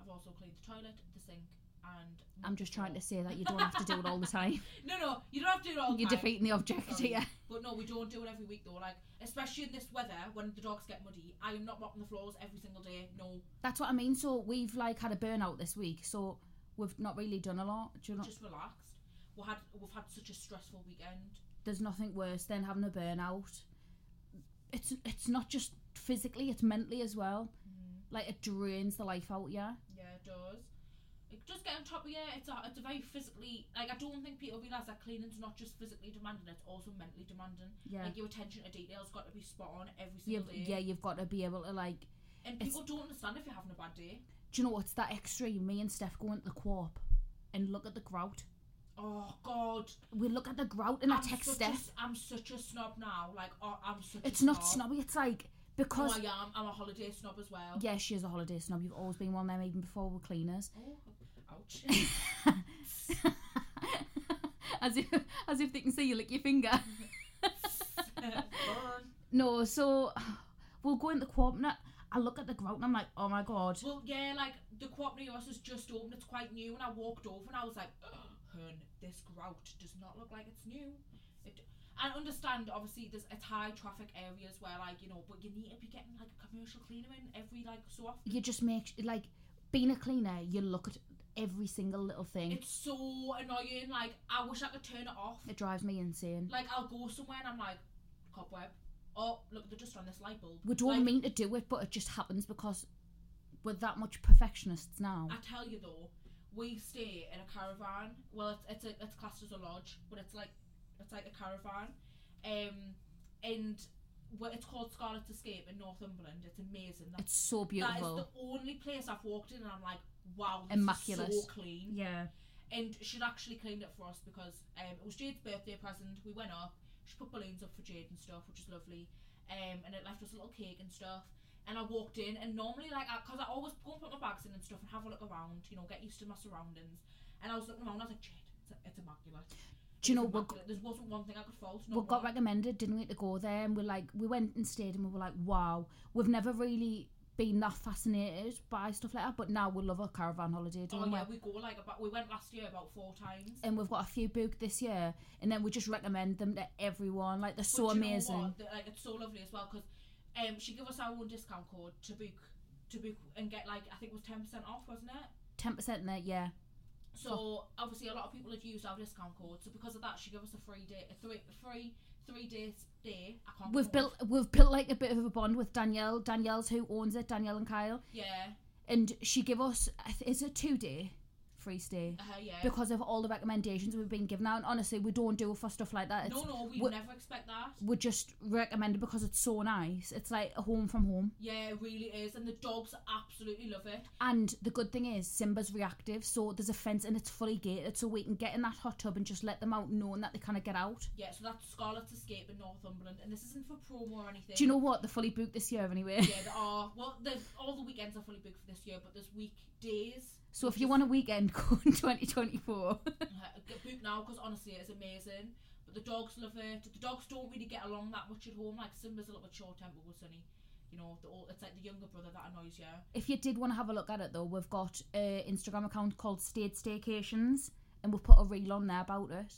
I've also cleaned the toilet, the sink, and.
I'm just trying to say that you don't have to do it all the time.
No, no, you don't have to do it all. the
You're
time.
defeating the object
Sorry.
here.
But no, we don't do it every week though. Like, especially in this weather when the dogs get muddy, I am not mopping the floors every single day. No,
That's what I mean. So we've like had a burnout this week, so we've not really done a lot. Do you know?
just relaxed. We had we've had such a stressful weekend.
There's nothing worse than having a burnout. It's it's not just physically, it's mentally as well.
Mm-hmm.
Like it drains the life out, yeah.
Yeah, it does. It just get on top of you. It's a it's a very physically like I don't think people realise that cleaning's not just physically demanding, it's also mentally demanding.
Yeah.
Like your attention to detail's got to be spot on every
You've,
single day.
yeah, you've got to be able to like
And people don't understand if you're having a bad day.
do you know what's that extra? Me and Steph go into the co-op and look at the grout.
Oh God.
We look at the grout and I text
such a,
Steph.
I'm such a snob now. Like oh, I'm such.
It's
a
not
snob.
snobby, it's like
Oh,
because
I am. I'm a holiday snob as well.
yeah, she is a holiday snob. You've always been one of them even before we we're cleaners.
Oh, ouch.
as if as if they can see you lick your finger.
Burn.
No, so we'll go in the co-op and I, I look at the grout and I'm like, oh my god.
Well, yeah, like the co-op near us has just opened. It's quite new, and I walked over and I was like, "Hun, this grout does not look like it's new." It, I understand, obviously, there's it's high traffic areas where, like, you know, but you need to be getting like a commercial cleaner in every like so often.
You just make sh- like being a cleaner, you look at every single little thing.
It's so annoying. Like, I wish I could turn it off.
It drives me insane.
Like, I'll go somewhere and I'm like, cobweb. Oh, look, they're just on this light bulb.
We don't
Like,
mean to do it, but it just happens because we're that much perfectionists now.
I tell you though, we stay in a caravan. Well, it's it's, a, it's classed as a lodge, but it's like it's like a caravan, um, and well, it's called Scarlet's Escape in Northumberland. It's amazing. That,
It's so
that is
beautiful.
the only place I've walked in, and I'm like, wow, this
Immaculate.
is so clean.
yeah.
And she'd actually cleaned it for us because um, it was Jade's birthday present. We went up. She put balloons up for Jade and stuff, which is lovely. Um, and it left us a little cake and stuff. And I walked in, and normally, like, because I, always go and put my bags in and stuff and have a look around, you know, get used to my surroundings. And I was looking around, I was like, Jade, it's, it's immaculate.
Do you know
It's
we
immaculate. There wasn't one thing I could fault.
we
not
got
one.
recommended, didn't we, to go there? And we like we went and stayed, and we were like, wow, we've never really been that fascinated by stuff like that, but now we love a caravan holiday, don't
Oh,
we?
yeah, we go, like, about, we went last year about four times.
and we've got a few booked this year and then we just recommend them to everyone like they're
But
so
do you know
amazing
what? They're, Like, it's so lovely as well because um, she gave us our own discount code to book to book and get like I think it was ten percent off, wasn't it?
10% in there yeah
So obviously a lot of people had used our discount code, so because of that she gave us a free day, a three free three days day. I can't.
we've
remember
built we've built like a bit of a bond with danielle danielle's who owns it danielle and kyle
what- Yeah.
and she give us I th- is it two day free stay
Uh, yeah.
because of all the recommendations we've been given out and honestly we don't do it for stuff like that it's,
no, no, we
we-
never expect that.
we're just recommended because it's so nice it's like a home from home
Yeah, it really is, and the dogs absolutely love it.
and the good thing is simba's reactive so there's a fence and it's fully gated so we can get in that hot tub and just let them out knowing that they kind of get out
Yeah, so that's Scarlet's Escape in Northumberland, and this isn't for promo or anything.
Do you know what? They're fully booked this year anyway.
yeah, there are. Well, there's all the weekends are fully booked for this year, but there's weekdays.
So if you want a weekend, go in 2024.
Uh, get booked now because honestly it's amazing but the dogs love it the dogs don't really get along that much at home like Simba's a little bit short tempered with Sunny you know the old, it's like the younger brother that annoys you
if you did want to have a look at it though, we've got an Instagram account called Stayed Staycations and we've put a reel on there about it.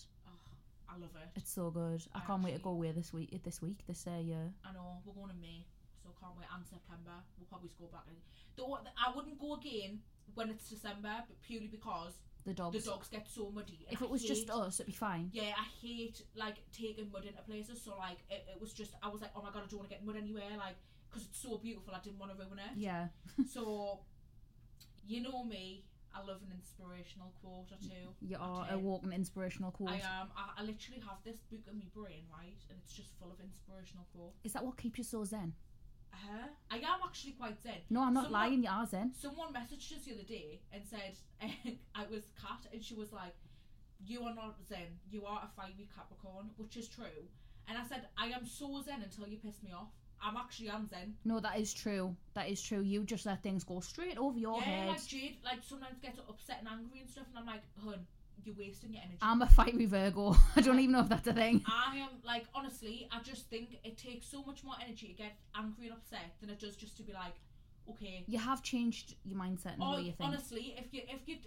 I love it
It's so good. I can't wait to go away this week. This week, this uh, year.
I know we're going to May so I can't wait. And September, we'll probably just go back. And though I wouldn't go again when it's December, but purely because
The dogs.
the dogs get so muddy. and
if
I
it was just
hate-
us, it'd be fine.
yeah, I hate like taking mud into places. So like, it, it was just I was like, oh my god, I don't want to get mud anywhere, like because it's so beautiful. I didn't want to ruin it.
Yeah.
So, you know me, I love an inspirational quote or two.
You are
Okay.
a walking inspirational Mm-hmm. quote.
I am. I, I literally have this book in my brain, right, and it's just full of inspirational quotes.
Is that what keeps you so zen? Uh-huh.
Uh, I am actually quite zen.
No, I'm not
Someone-
lying. You are zen.
Someone messaged us the other day and said I was Kat, and she was like, "You are not zen. You are a fiery Capricorn," which is true. And I said, "I am so zen until you piss me off. I'm actually am zen.
No, that is true. That is true. You just let things go straight over your
yeah,
head.
like Jade, like sometimes gets upset and angry and stuff, and I'm like, hun, you're wasting your energy."
I'm a fiery Virgo. I don't even know if that's a thing.
I am like honestly, I just think it takes so much more energy to get angry and upset than it does just to be like, okay.
You have changed your mindset and the
Or,
way you think.
Oh, honestly, if you if you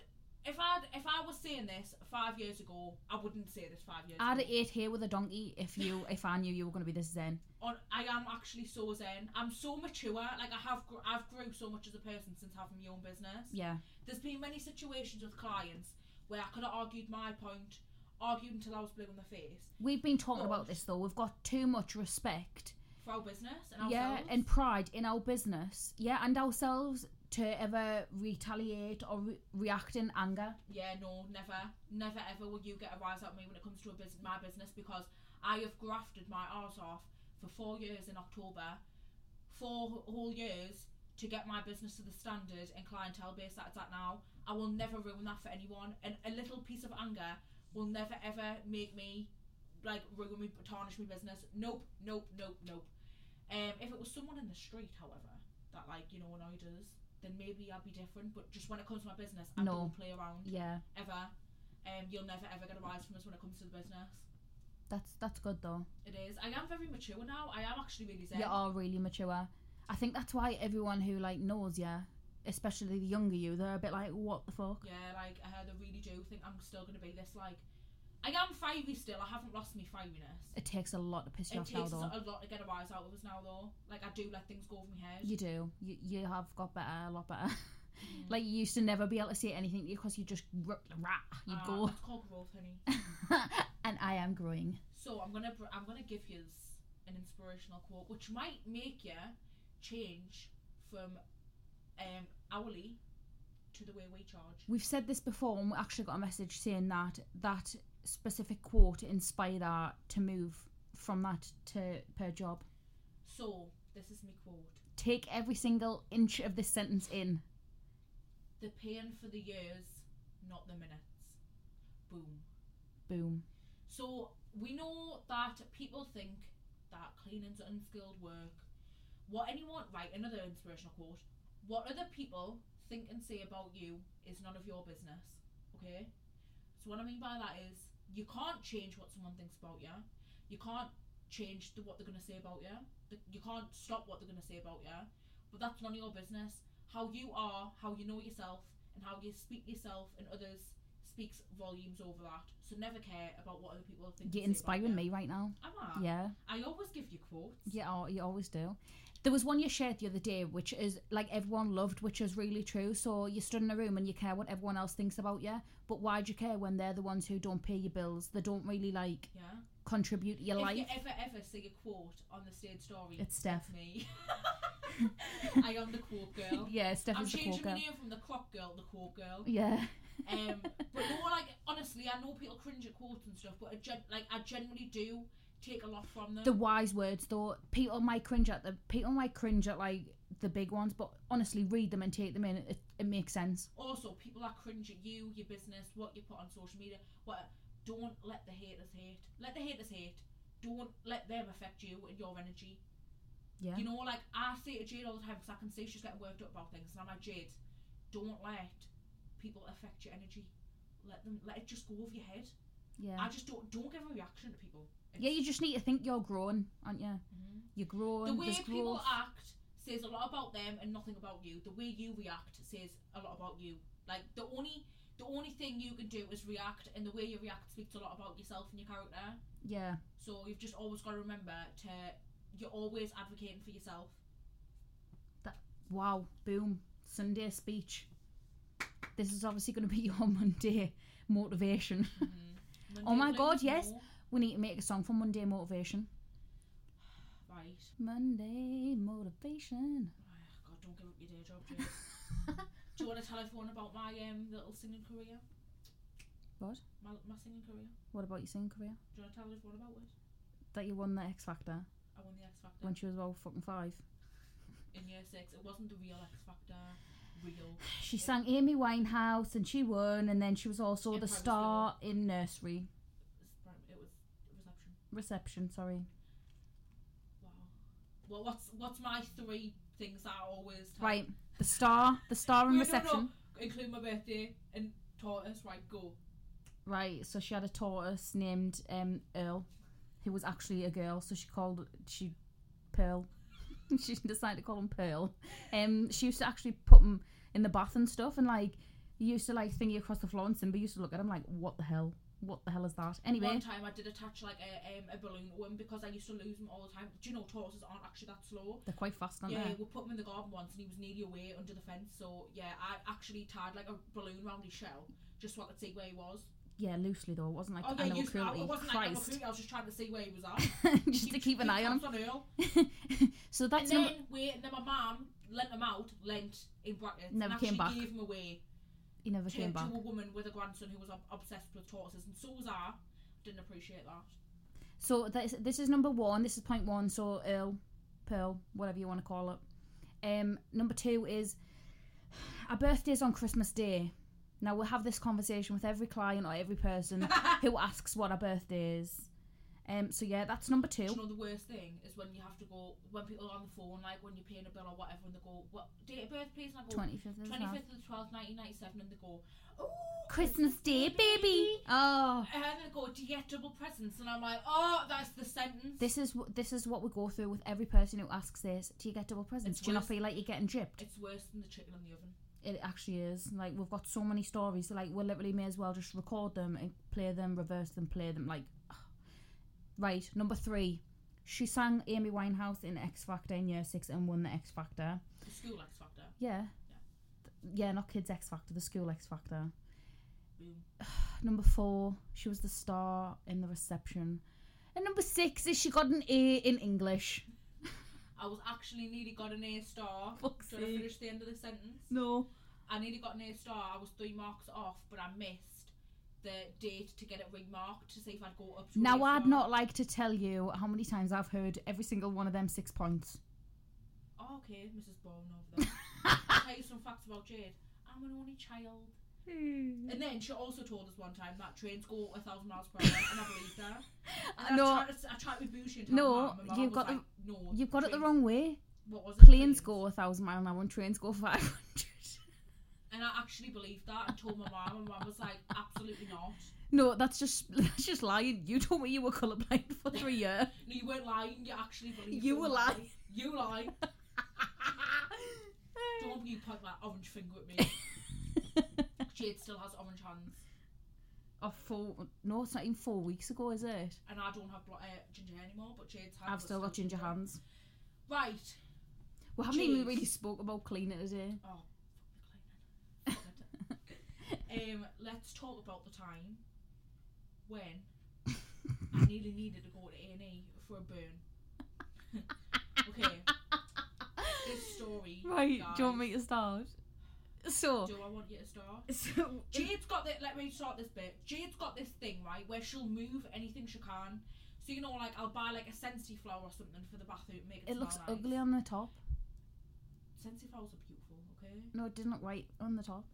if I if I was saying this five years ago, I wouldn't say this five years
I'd
ago.
have ate here with a donkey if you if I knew you were going to be this zen.
On, I am actually so zen. I'm so mature. Like I have gr- I've grown so much as a person since having my own business.
Yeah.
There's been many situations with clients where I could have argued my point, argued until I was blue in the face
We've been talking
Oh.
about this though. We've got too much respect
for our business and ourselves.
yeah and pride in our business yeah and ourselves to ever retaliate or re- react in anger
yeah, no, never, never ever will you get a rise out of me when it comes to a business, my business because I have grafted my arse off for four years in October, four whole years to get my business to the standard and clientele base that it's at now. I will never ruin that for anyone, and a little piece of anger will never ever make me like ruin me, tarnish my business. Nope, nope, nope, nope. Um, if it was someone in the street, however, that like you know annoyed us, then maybe I'd be different. But just when it comes to my business, I
No.
don't play around
yeah
ever. Um, you'll never ever get a rise from us when it comes to the business.
that's that's good though
It is. I am very mature now. I am actually really zen.
you are really mature i think that's why everyone who like knows you especially the younger you they're a bit like what the fuck
Yeah, like I heard I really do think I'm still gonna be this like. I am fiery still. I haven't lost my fieriness.
it takes a lot to piss you
It
off now
takes
though
a lot to get a rise out of us now though. Like I do let things go over my head.
you do you, you have got better a lot better
Mm.
like you used to never be able to say anything because you just rah, rah, you'd
Uh,
go
It's called growth, honey.
and i am growing
So I'm gonna br- I'm gonna give you an inspirational quote, which might make you change from um, hourly to the way we charge.
We've said this before, and we actually got a message saying that that specific quote inspired her to move from that to per job.
So this is my quote.
Take every single inch of this sentence in.
The pain for the years, not the minutes. Boom.
Boom.
So we know that people think that cleaning's unskilled work. What anyone right, another inspirational quote. What other people think and say about you is none of your business. Okay? So what I mean by that is you can't change what someone thinks about you. You can't change the, what they're gonna say about you. The, you can't stop what they're gonna say about you. But that's none of your business. How you are, how you know yourself, and how you speak yourself and others speaks volumes over that. So never care about what other people think.
You're
and say about Ah.
inspiring
you.
me right now.
Am I?
Yeah.
I always give you quotes.
Yeah, al- you always do. There was one you shared the other day, which is like everyone loved, which is really true. So you stood in a room and you care what everyone else thinks about you, but why do you care when they're the ones who don't pay your bills? They don't really like
Yeah.
contribute to your
If you
life.
ever ever see a quote on the stage story,
It's Steph.
me. I am the quote girl.
Yeah, Steph
I'm
is the
changing
quote
my
girl.
name from the crop girl to the quote girl.
Yeah.
Um, but no, like honestly, I know people cringe at quotes and stuff, but I gen- like I generally do take a lot from them.
the wise words though people might cringe at the people might cringe at like the big ones but honestly read them and take them in it, it makes sense
also, people that cringe at you, your business, what you put on social media. What don't let the haters hate. Let the haters hate. Don't let them affect you and your energy.
yeah
You know, like I say to Jade all the time because I can see she's getting worked up about things, and I'm like, Jade, don't let people affect your energy. Let them let it just go over your head.
yeah
I just don't don't give a reaction to people.
yeah you just need to think you're growing aren't you
Mhm.
you're growing
The way
there's
people
Mm-hmm. growth.
act says a lot about them and nothing about you. The way you react says a lot about you. Like the only the only thing you can do is react, and the way you react speaks a lot about yourself and your character.
yeah
So you've just always got to remember to you're always advocating for yourself.
wow, boom, Sunday speech. This is obviously going to be your Monday motivation.
Monday
Oh my
blues,
God, yes.
no.
we need to make a song for Monday motivation.
Right.
Monday motivation.
Ah, God, don't give up your day job, Jay. Do you want to tell everyone about my um, little singing career?
What?
My, my singing career. Do
What about your singing career?
you want to tell everyone about it?
That you won the X Factor
I won the X Factor
when she was about fucking five.
in year six. It wasn't the real X Factor. Real.
She sang Amy Winehouse and she won, and then she was also
In
the
primary
star in nursery
It's prim- It was reception.
reception. Sorry,
Wow. Well, what's what's my three things that I always tell?
right? The star, the star in
Wait, no, no.
reception.
Include my birthday and tortoise. Right, go.
Right, so she had a tortoise named um, Earl, who was actually a girl, so she called she Pearl. she decided to call him Pearl. Um, she used to actually put him in the bath and stuff, and like he used to like thingy across the floor, and Simba used to look at him like, "What the hell? What the hell is that?" Anyway,
One time I did attach like a, um, a balloon to him because I used to lose him all the time. Do you know tortoises aren't actually that slow?
they're quite fast, aren't
yeah,
they?
we put him in the garden once and he was nearly away under the fence. So yeah, I actually tied like a balloon round his shell just so I could see where he was.
Yeah, loosely though. It wasn't like
oh yeah,
animal
you, I,
cruelty.
it wasn't like animal
Christ,
cruelty. I was just trying to see where he was at.
just to keep an eye on him.
tabs Earl.
So
And
that's
then
number.
wait, and then my mum lent him out, lent in brackets,
Never
and
came
actually
back.
gave him away.
He never
to,
came back.
to a woman with a grandson who was ob- obsessed with tortoises, and so was I. Didn't appreciate that.
So this this is number one. This is point one. So Earl, Pearl, whatever you want to call it. Um, number two is our birthday's on Christmas Day. Now we'll have this conversation with every client or every person who asks what our birthday is. Um, so yeah, that's number
Do you
two.
know the worst thing is when you have to go when people are on the phone, like when you're paying a bill or whatever, and they go, "What date of birth, please?" And I go,
Twenty fifth.
"25th of the 12th, 1997," and they go, "Oh,
Christmas Day, baby. Oh,
And then they go, "Do you get double presents?" And I'm like, "Oh, that's the sentence."
this is wh- this is what we go through with every person who asks this. Do you get double presents?
It's
Do you not
worse.
feel like you're getting dripped?
it's worse than the chicken in the oven.
It actually is. Like we've got so many stories. Like we literally may as well just record them and play them, reverse them, play them. Like, right number three, she sang Amy Winehouse in X Factor in Year Six and won the X Factor.
The school X Factor.
Yeah, yeah, not kids X Factor, the school X Factor.
Boom.
Number four, she was the star in the reception. And number six is she got an A in English.
I was actually nearly got an A star.
Fuck's
Should I
sake.
finish the end of the sentence?
No.
I nearly got an A star. I was three marks off, but I missed the date to get it remarked to see if I'd go up. To an
Now
A
I'd
star.
not like to tell you how many times I've heard every single one of them six points.
Oh, okay, Mrs. Bourne over there. I'll tell you some facts about Jade. I'm an only child.
Hmm.
And then she also told us one time that trains go a thousand miles per hour, and I believed her. And
No.
I tried to, I tried to be bougie and tell
No,
my mum, and my mum
you've
was
got the-
like, no,
You've got it the
trains-
wrong way.
What was it?
planes go a thousand mile an hour and trains go 500
And I actually believed that and told my mum, and my mum was like, absolutely not.
no that's just that's just lying you told me you were colorblind for three years
No, you weren't lying. You actually believed.
You
it.
were lying.
You lie. Don't you point that orange finger at me. Jade still has orange hands,
oh four no it's not even four weeks ago is it
and I don't have blo- uh, ginger hair anymore. But Jade's hands.
i've still got ginger hands
Right.
we haven't even
Jeez.
really spoke about cleaner today
Oh, fuck the cleaning. um, let's talk about the time when I nearly needed to go to A and E for a burn. okay, this story.
right
guys.
do you want me to start so,
Do I want you to start?
so
Jade's got this. Let me start this bit. Jade's got this thing right where she'll move anything she can. So you know, like I'll buy like a scentsy flower or something for the bathroom. Make it,
it looks
smell nice.
ugly on the top
Scentsy flowers are beautiful. Okay.
no it didn't look right on the top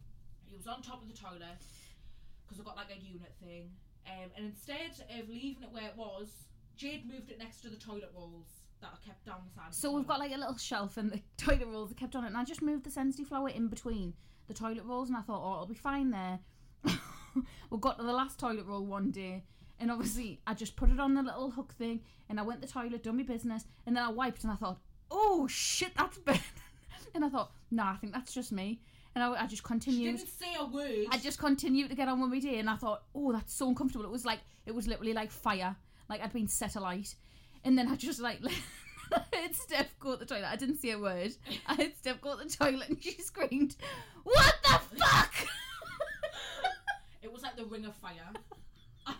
It was on top of the toilet because I got like a unit thing, um, and instead of leaving it where it was, Jade moved it next to the toilet rolls that I kept down the side. of the
so we've got
toilet.
like a little shelf and the toilet rolls are kept on it and i just moved the sensitive flower in between the toilet rolls and i thought oh it'll be fine there we got to the last toilet roll one day and obviously i just put it on the little hook thing and i went to the toilet done my business and then i wiped and i thought oh shit that's burning and i thought nah i think that's just me and i, I
She
just continued
didn't say a word.
I just continued to get on with my day, and I thought, oh, that's so uncomfortable. It was like it was literally like fire, like I'd been set alight. And then I just like, I heard Steph go to the toilet. I didn't say a word. I heard Steph go to the toilet and she screamed, What the fuck?
It was like the ring of fire. I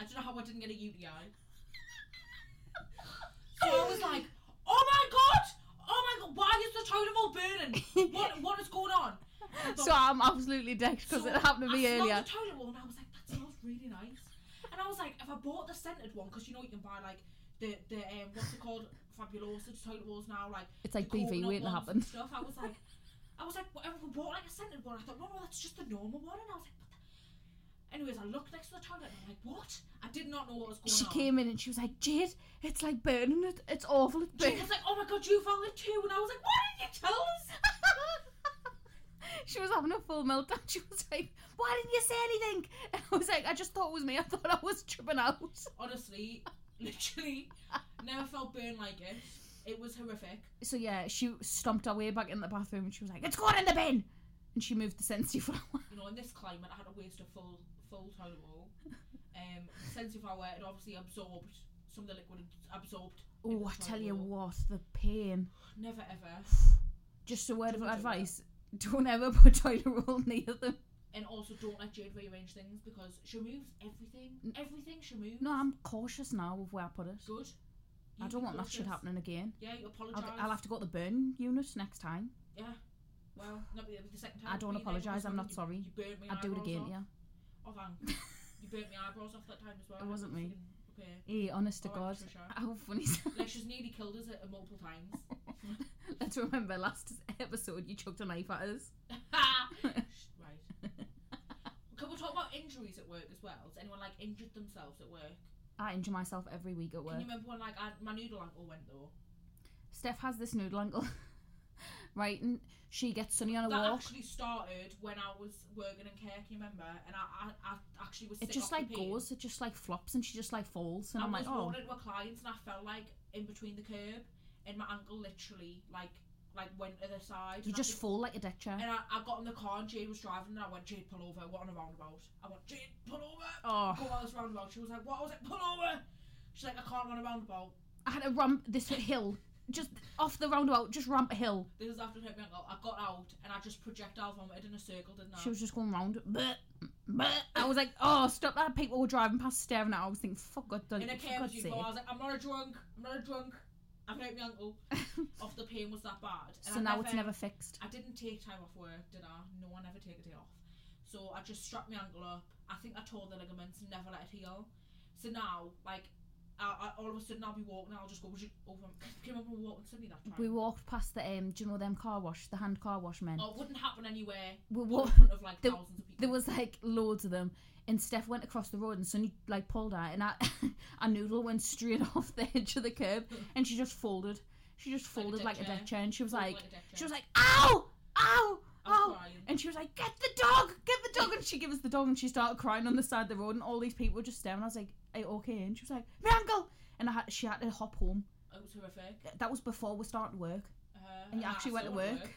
don't know how I didn't get a UTI. So I was like, oh my god! Oh my god, why is the toilet all burning? What what is going on?
so I'm absolutely decked because
So
it happened to me
I smelled
earlier.
the toilet roll and I was like, that smells really nice. And I was like, if I bought the scented one, because you know you can buy like the the um, what's it called, Fabulosa toilet rolls now, like
It's like
the
BV
coconut
waiting to
ones
happen.
and Stuff. I was like, I was like, whatever. We bought like a scented one. I thought, no, no, that's just the normal one. And I was like, what the? anyways, I looked next to the toilet and I'm like, what? I did not know what was going
She
on.
came in and she was like, Jade, it's like burning. It, it's awful. It's
She
burning.
was like, oh my god, you found it too, and I was like, why didn't you tell us?
she was having a full meltdown. She was like, Why didn't you say anything? And I was like, I just thought it was me. I thought I was tripping out.
Honestly, literally, never felt burned like it. It was horrific.
So yeah, she stomped her way back in the bathroom and she was like, It's going in the bin! And she moved the Sensi flower.
you know, in this climate, I had to waste a full full toilet roll. Um, sense of hour, it obviously absorbed some of the liquid, had absorbed. in
Oh,
the
I
toilet
tell you
roll.
what, the pain.
Never ever.
Just a word of
Don't do that.
advice. Don't ever put toilet roll near them.
And also, don't let Jade rearrange things because she moves everything. Everything she moves.
No, I'm cautious now of where I put it.
Good.
I
You
don't
be
want that shit
cautious.
happening again.
Yeah, you apologise.
I'll, I'll have to go to the burn unit next time.
Well, not be- the second time.
I
I've been
don't
there,
apologise,
because
I'm not
you-
sorry.
You burnt my
I'll do it
eyebrows
again,
off.
yeah.
Oh, thanks. you burnt my eyebrows off that time as well.
It wasn't me.
Okay.
Eh, honest to
Alright,
God.
Patricia.
How funny is that?
Like, she's nearly killed us uh, multiple times.
Let's remember last episode you chucked a knife at us.
right. Can we talk about injuries at work as well? Has anyone like injured themselves at work?
I injure myself every week at
Can
work.
you remember when like I, my noodle ankle went though?
Steph has this noodle ankle. right, and she gets Sunny on a
that
walk.
actually started when I was working in care. Can you remember? And I, I, I actually was.
It
sick
just
off
like
the pain.
goes, it just like flops and she just like falls. And
I
I'm
was
like, oh.
walking into a client's and I fell like in between the curb, and my ankle literally like like went to the side.
You
and I
just
think-
fall like a deck chair.
and I, I got in the car and Jade was driving and I went, Jade, pull over. What on a roundabout? I went, Jade, pull over.
Oh.
Go on this roundabout. She was like, what? I was like, pull over. She's like, I can't run a roundabout.
I had a ramp this hill. Just off the roundabout, just ramp a hill.
This is after hit me ankle. I got out and I just projectile vomited in a circle, didn't I?
She was just going round. Bleh, bleh. I was like, oh, stop that. People were driving past staring at her. I was thinking, fuck God, don't
in a
for
cave
God's
you
sake.
go. I was like, I'm not a drunk. I'm not a drunk. I've hurt my ankle. off the pain was that bad. And
So
I
now it's never fixed.
I didn't take time off work, did I? No, I never take a day off. So I just strapped my ankle up. I think I tore the ligaments and never let it heal. So now, like, I, I, all of a sudden I'll be walking and I'll just go "Would you over. Came up and walked suddenly that time.
We walked past the um, do you know them car wash, the hand car wash men.
oh, it wouldn't happen anywhere
we
in
walked,
front of like
there-
thousands of people.
there was like loads of them, and Steph went across the road, and Sonny like pulled her, and our, our noodle went straight off the edge of the curb, and she just folded. She just
Like a
folded
deck
like a deck,
chair.
chair, and she was like,
a death
she was
trap.
like, ow, ow,
I was
ow.
crying.
And she was like, get the dog, get the dog. And she gave us the dog and she started crying on the side of the road. And all these people were just staring. I was like, are you okay? And she was like, my uncle. And I had, she had to hop home.
It was horrific.
That was before we started work.
Uh,
And you
I
actually went to
still
work.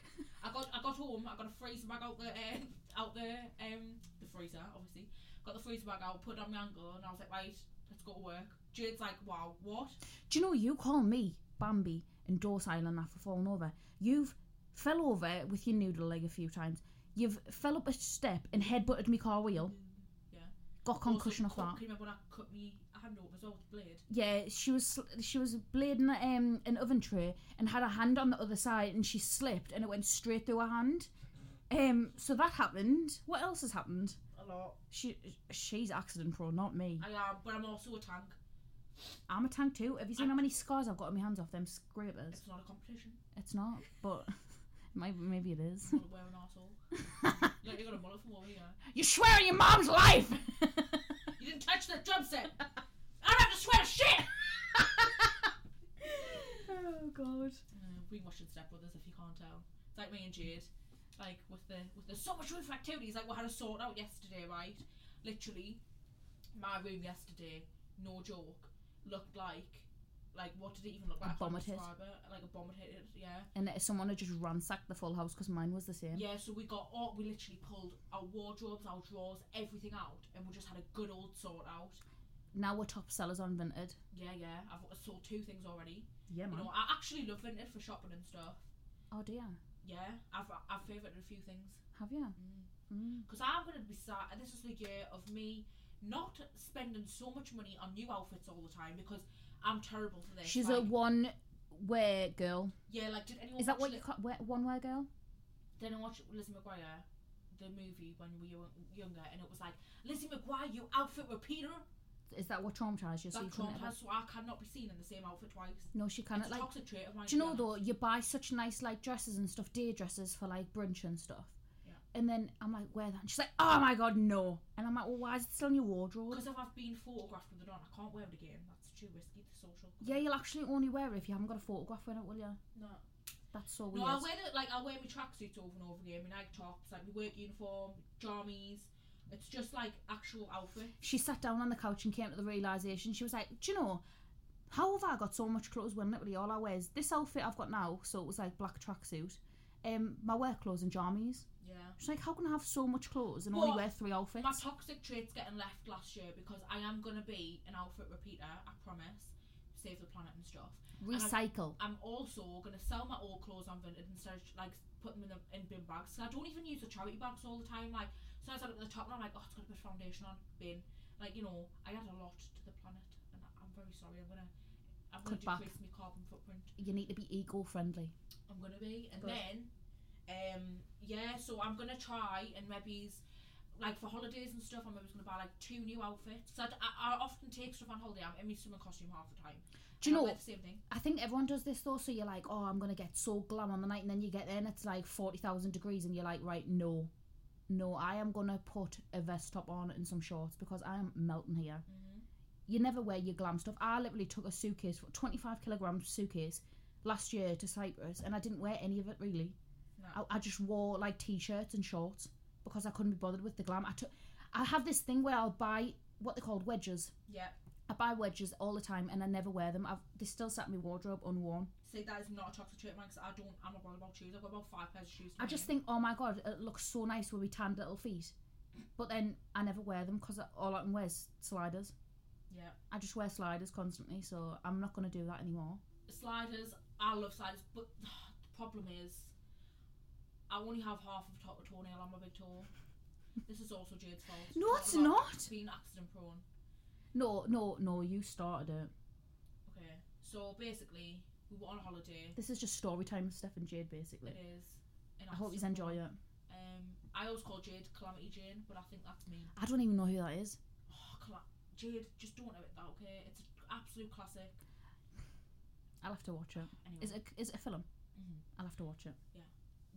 I got I got home. I got a freezer bag out the uh, out the um the freezer, obviously. Got the freezer bag out, put it on my ankle, and I was like, right, let's go to work. Jade's like, wow, what?
Do you know, you call me Bambi and Dose Island after falling over. You've fell over with your noodle leg a few times. You've fell up a step and headbutted me car wheel. Got Oh, concussion off
Also, cut-
that.
Can you remember when I cut me hand open as well with the blade?
Yeah, she was sl- she was blading um, an oven tray and had her hand on the other side, and she slipped, and it went straight through her hand. Um, so that happened. What else has happened?
A lot.
She she's accident prone, not me.
I am, but I'm also a tank.
I'm a tank too. Have you seen
I-
how many scars I've got on my hands off them scrapers?
It's not a competition.
It's not, but maybe maybe it is.
I'm not wearing arsehole. like, you got a mullet from over here.
You swear on your mom's life.
You didn't touch that drum set. I don't have to swear to shit!
oh God.
Uh, we watched Step Brothers if you can't tell. It's like me and Jade, like with the with the so much room for activities. Like we had a sort out yesterday, right? Literally, my room yesterday, no joke, looked like like what did it even look like? I
A
can't
bomb had hit.
describe it. Like a bomb had hit. it, Yeah.
And that someone had just ransacked the full house because mine was the same.
Yeah, so we got all, we literally pulled our wardrobes, our drawers, everything out, and we just had a good old sort out.
Now we're top sellers on Vinted.
Yeah, yeah. I've sold two things already.
Yeah,
You
man.
know, I actually love Vinted for shopping and stuff.
Oh dear.
Yeah, I've I've favoured a few things.
Have you? Mm.
Because I'm going to be start. This is the year of me not spending so much money on new outfits all the time because I'm terrible for this.
She's
like,
a one wear girl.
yeah. Like, did anyone
Is
watch
that what
Liz,
you call wear, one wear girl?
Did anyone watch Lizzie McGuire, the movie when we were younger, and it was like Lizzie McGuire, you outfit repeater.
Is that what traumatized you? So you
That
couldn't
Trump
ever...
has, so I cannot be seen in the same outfit twice.
No, she
It's
can't.
a
Like,
toxic trait of mine.
do you
to be
know
honest.
though? You buy such nice like dresses and stuff, day dresses for like brunch and stuff.
Yeah.
And then I'm like, wear that. And she's like, oh my god, no. And I'm like, well, why is it still in your wardrobe?
Because if I've been photographed with it on, I can't wear it again. That's too risky to social.
Yeah, you'll actually only wear it if you haven't got a photograph with it, will you?
No.
That's so
No,
weird.
I wear the, like I wear my tracksuits over and over again, my night tops, like my work uniform, jammies. It's just like actual outfit.
she sat down on the couch and came to the realization. She was like, Do you know, how have I got so much clothes when literally all I wear is this outfit I've got now? So it was like black tracksuit, um, my work clothes and jammies.
Yeah.
She's like, How can I have so much clothes and only
Well,
wear three outfits?
My toxic trait's getting left last year because I am gonna be an outfit repeater. I promise. Save the planet and stuff.
Recycle.
I'm also gonna sell my old clothes on Vinted instead of like putting them in, in bin bags. 'Cause I don't even use the charity bags all the time. Like sometimes I look at the top and I'm like, oh, it's got a bit of foundation on bin. Like you know, I add a lot to the planet, and I- I'm very sorry. I'm gonna I'm gonna
Cut back.
decrease my carbon footprint.
You need to be eco friendly.
I'm gonna be, and
Good.
then um yeah, so I'm gonna try and maybe s- like for holidays and stuff, I'm maybe gonna buy like two new outfits. So I, I, I often take stuff on holiday. I'm in my swimming costume half the time.
Do you
And I
know,
wear the same thing?
I think everyone does this though, so you're like, Oh, I'm going to get so glam on the night. And then you get there and it's like 40,000 degrees, and you're like, Right, no. No, I am going to put a vest top on and some shorts because I am melting here.
Mm-hmm.
you never wear your glam stuff. I literally took a suitcase, 25 kilogram suitcase, last year to Cyprus, and I didn't wear any of it really.
No.
I, I just wore like t-shirts and shorts because I couldn't be bothered with the glam. I took, I have this thing where I'll buy what they're called wedges.
Yeah.
I buy wedges all the time and I never wear them. I've they still sat in my wardrobe unworn.
See, that is not a toxic trait, man, because I don't, I'm not bothered about shoes. I've got about five pairs of shoes.
I just think, oh my god, it looks so nice with my tanned little feet, but then I never wear them because all I can wear is sliders.
Yeah.
I just wear sliders constantly, so I'm not gonna do that anymore.
Sliders, I love sliders, but the problem is, I only have half of a top of toenail on my big toe. This is also Jade's fault.
No,
Talking
it's
about
not.
Being accident prone.
No, no, no, you started it.
Okay. So basically, we were on a holiday.
This is just story time with Steph and Jade,
It
basically.
is. an
I hope you
accident
enjoy
prone.
it.
Um, I always call Jade Calamity Jane, but I think that's me.
I don't even know who that is.
Oh, Cala- Jade, just don't admit that, okay? It's an absolute classic.
I'll have to watch it.
Anyway.
Is it, is it a film?
Mhm.
I'll have to watch it.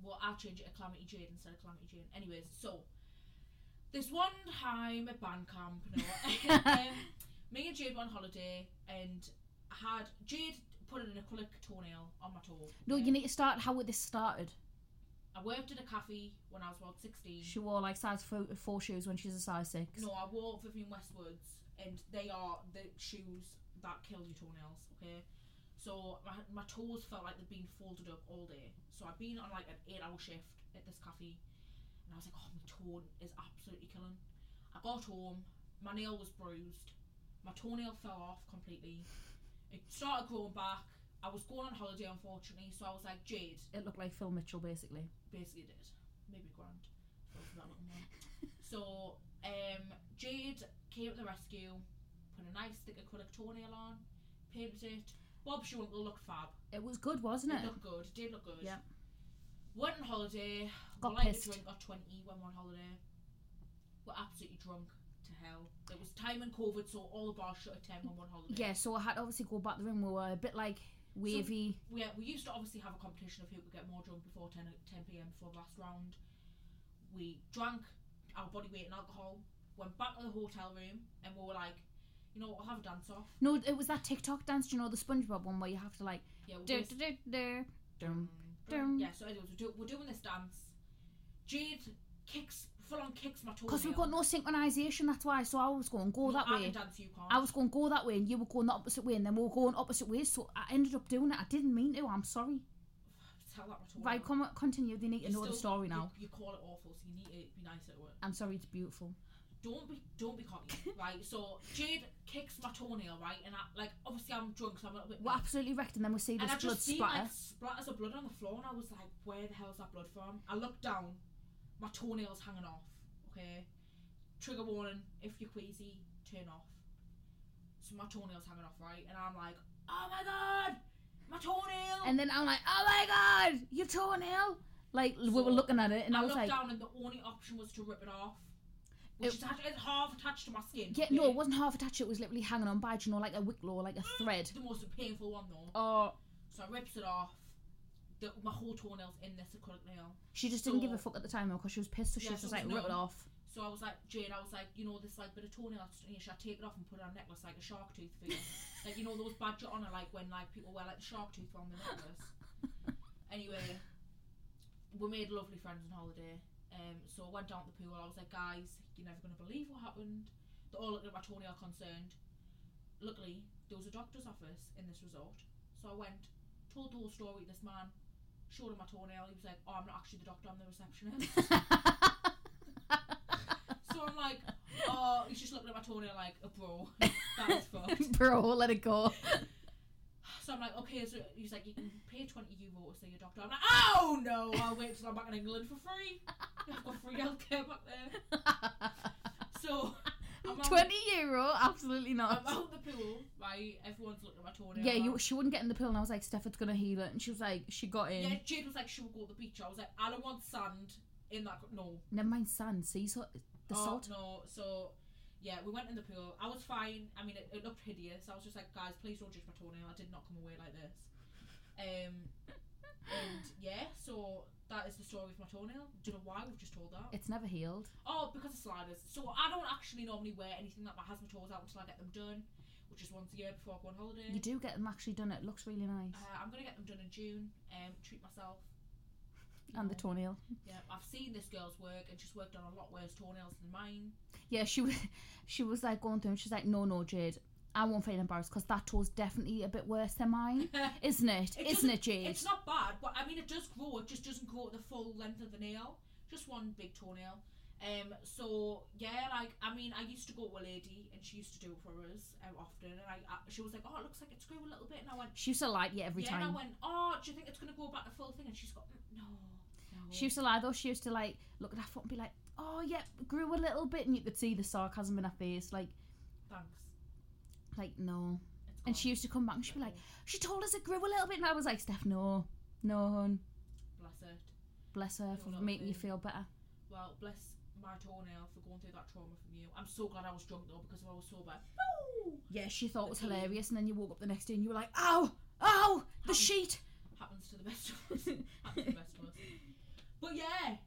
well, I'll change it to Calamity Jade instead of Calamity Jane. Anyways, so this one time at band camp, no, um, me and Jade went on holiday and had Jade put an acrylic toenail on my toe.
No,
yeah.
you need to start how this started.
I worked at a cafe when I was about 16.
She wore like size four, four shoes when she's a size six.
No, I wore Vivian Westwood's, and they are the shoes that kill your toenails. Okay, so my, my toes felt like they'd been folded up all day. So I'd been on like an eight-hour shift at this cafe, and I was like, "Oh, my toe is absolutely killing." I got home, my nail was bruised, my toenail fell off completely. It started growing back. I was going on holiday, unfortunately, so I was like, "Jade,
It looked like Phil Mitchell, basically.
basically did. Maybe grand. Fell for that little one. so um, Jade came to the rescue, put a nice thick acrylic toenail on, painted it. Bob's your uncle looked fab.
It was good, wasn't
It
it?
looked good. It did look good.
Yeah.
Went on holiday.
Got
we like
pissed.
to drink our 20 when we're on holiday. We're absolutely drunk to hell. It was time in COVID, so all the bars shut at 10 when we're on holiday.
Yeah, so I had to obviously go back to the room. We were a bit like wavy.
we, we used to obviously have a competition of who could get more drunk before 10, 10 p.m. before the last round. We drank our body weight in alcohol, went back to the hotel room, and we were like, you know what, we'll have a dance off.
no, it was that TikTok dance, do you know, the SpongeBob one where you have to like.
Yeah, we'll
Do,
do
do, do, do,
dum,
dum.
dum.
dum.
Yeah, so anyways, we're, do, we're doing this dance. Jade kicks, full on kicks my toe.
Because we've got no synchronisation, that's why. So I was going, go that
I
way.
can dance, you can't.
I was going to go that way and you were going the opposite way and then we were going opposite ways so I ended up doing it. I didn't mean to. I'm sorry.
Tell that my toe.
Right, come on, continue. They need to
You
know the
still-
story now.
You, you call it awful, so you need to be nicer to it.
I'm sorry, it's beautiful.
don't be don't be cocky, right? So Jade kicks my toenail, right, and I like obviously I'm drunk, so I'm a little bit.
We're absolutely wrecked, and then we see
and
this
I
blood
just see like
splatter.
splatters of blood on the floor, and I was like, where the hell's that blood from? I looked down, my toenails hanging off. Okay, trigger warning: if you're queasy, turn off. So my toenails hanging off, right, and I'm like, oh my god, my toenail.
and then I'm like, oh my god, your toenail! Like we
So,
were looking at it, and I,
I
was
looked
like,
down, and the only option was to rip it off,
It-
which is act- it's half attached to my skin.
yeah, no,
okay?
it wasn't half attached. It was literally hanging on by, do you know, like a wick law, like a thread.
the most painful one though.
Or
So I rips it off. The, my whole toenail's in this acrylic nail.
she just didn't give a
So-
fuck at the time though, because she was pissed, so she
Oh. Yeah,
was
so
just
it
like,
was
rip it
numb.
off.
So I was like, Jade, I was like, you know, this like bit of toenail that's in here, should I take it off and put it on a necklace like a shark tooth thing? like, you know, those badge on honor, like when like people wear like the shark tooth on the necklace. anyway, we made lovely friends on holiday. Um, so I went down to the pool. I was like, guys, you're never going to believe what happened. They all looked at my toenail concerned. Luckily, there was a doctor's office in this resort. So I went, told the whole story to this man, showed him my toenail. He was like, oh, I'm not actually the doctor, I'm the receptionist. so I'm like, oh, he's just looking at my toenail like a bro. that is fucked.
Bro, let it go.
So I'm like, okay, so he's like, you can pay 20 euro to see your doctor. I'm like, oh no, I'll wait till I'm back in England for free. I've got free healthcare back there. So I'm out,
Twenty euro, absolutely
I'm
not.
out the pool, right? Everyone's looking at my toenail.
yeah,
I'm
you,
like-
she wouldn't get in the pool, and I was like, Stefan's gonna heal it, and she was like, she got in.
Yeah, Jade was like, she'll go to the beach. I was like, I don't want sand in that. co- No.
Never mind sand, sea salt, the
oh,
salt.
No, so yeah, we went in the pool. I was fine. I mean, it, it looked hideous. I was just like, guys, please don't judge my toenail. I did not come away like this. Um, and yeah, so that is the story with my toenail. Don't know why we've just told that.
It's never healed.
Oh, because of sliders. So I don't actually normally wear anything that my has my toes out until I get them done, which is once a year before I go on holiday.
You do get them actually done. It looks really nice.
Uh, I'm gonna get them done in June. Um, treat myself. You
and the
know,
toenail.
yeah, I've seen this girl's work and she's worked on a lot worse toenails than mine.
Yeah, she was. She was like going through, and she's like, "No, no, Jade, I won't feel embarrassed because that toe's definitely a bit worse than mine, isn't it?
It
isn't it, Jade?
It's not bad, but I mean, it does grow. It just doesn't grow at the full length of the nail. Just one big toenail. Um. So yeah, like I mean, I used to go to a lady, and she used to do it for us um, often. And I, I, she was like, "Oh, it looks like it's grew a little bit," and I went,
She used to lie to you every
"Yeah," and
time.
I went, "Oh, do you think it's gonna grow back the full thing?" And she's got, "Mm, "No, no."
She used to lie though. She used to like look at her foot and be like, "Oh, yeah, grew a little bit," and you could see the sarcasm in her face, like,
thanks.
like no.
It's gone.
And she used to come back and she'd be like, "She told us it grew a little bit," and I was like, "Steph, no, no, hon.
Oh, "Bless it."
bless her
You're
for
not
making you
being-
feel better."
Well, bless my toenail for going through that trauma from you. I'm so glad I was drunk though, because if I was sober, Woo!
Yeah, she thought it was
The tea.
hilarious, and then you woke up the next day and you were like, "Ow, ow, the
Um,
sheet."
happens to the best of us. happens to the best of us. But yeah,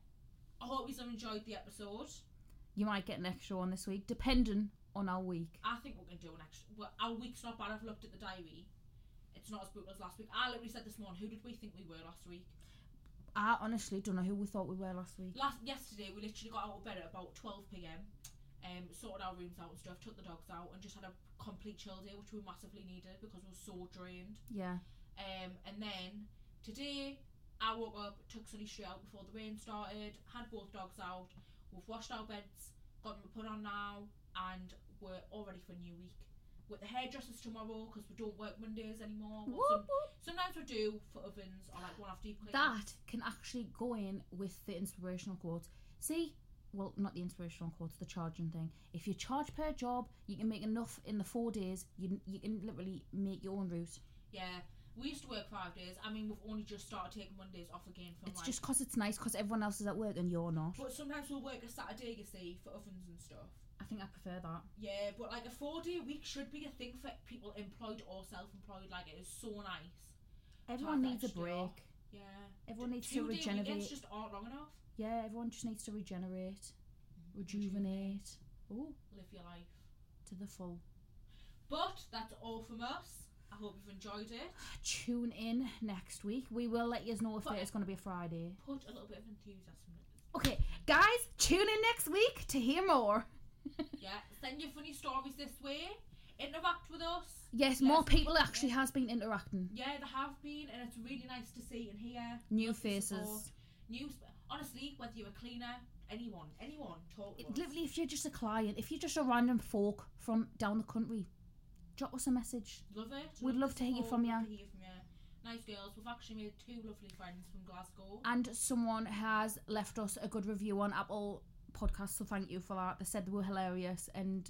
I hope you've enjoyed the episode.
You might get an extra one this week, depending on our week.
I think we're going to do an extra. Well, our week's not bad. I've looked at the diary. It's not as brutal as last week. I literally said this morning, who did we think we were last week?
I honestly don't know who we thought we were last week.
Last yesterday, we literally got out of bed at about 12 p.m. Um, sorted our rooms out and stuff, took the dogs out, and just had a complete chill day, which we massively needed because we were so drained.
Yeah,
Um, and then today I woke up, took Sunny straight out before the rain started, had both dogs out, we've washed our beds, got them put on now, and we're all ready for a new week. With the hairdressers tomorrow because we don't work Mondays anymore. Well,
Whoop,
some,
whoop.
sometimes we do for ovens or like one after you clean.
that can actually go in with the inspirational quotes. See, well, not the inspirational quotes, the charging thing. If you charge per job, you can make enough in the four days. You you can literally make your own route.
Yeah, we used to work five days. I mean, we've only just started taking Mondays off again from
It's
like.
just 'cause it's nice 'cause everyone else is at work and you're not.
But sometimes we'll work a Saturday, you see, for ovens and stuff.
I think I prefer that.
Yeah, but like a four day week should be a thing for people employed or self employed. Like it is so nice.
Everyone
that
needs a
extra day off.
break.
Yeah.
Everyone needs to
Two day weekends
regenerate.
just aren't long enough.
Yeah, everyone just needs to regenerate, Mm-hmm. rejuvenate. Oh,
Live your life.
to the full.
But that's all from us. I hope you've enjoyed it.
Tune in next week. We will let you know if
But-
it's going to be a Friday.
Put a little bit of enthusiasm. in
Okay, guys, tune in next week to hear more.
it. Yeah. Send your funny stories this way. Interact with us. Yes,
Yes, more
we-
people actually has been interacting.
Yeah, there have been, and it's really nice to see and hear
New
Love the support.
faces.
new. Sp- honestly, whether you're a cleaner, anyone, anyone, talk to
It-
us.
literally, if you're just a client, if you're just a random folk from down the country, drop us a message.
Love it.
We'd love
the
to hear
support,
from
love
ya.
to hear from ya. Nice girls. We've actually made two lovely friends from Glasgow.
And someone has left us a good review on Apple Podcasts, so thank you for that. They said they were hilarious, and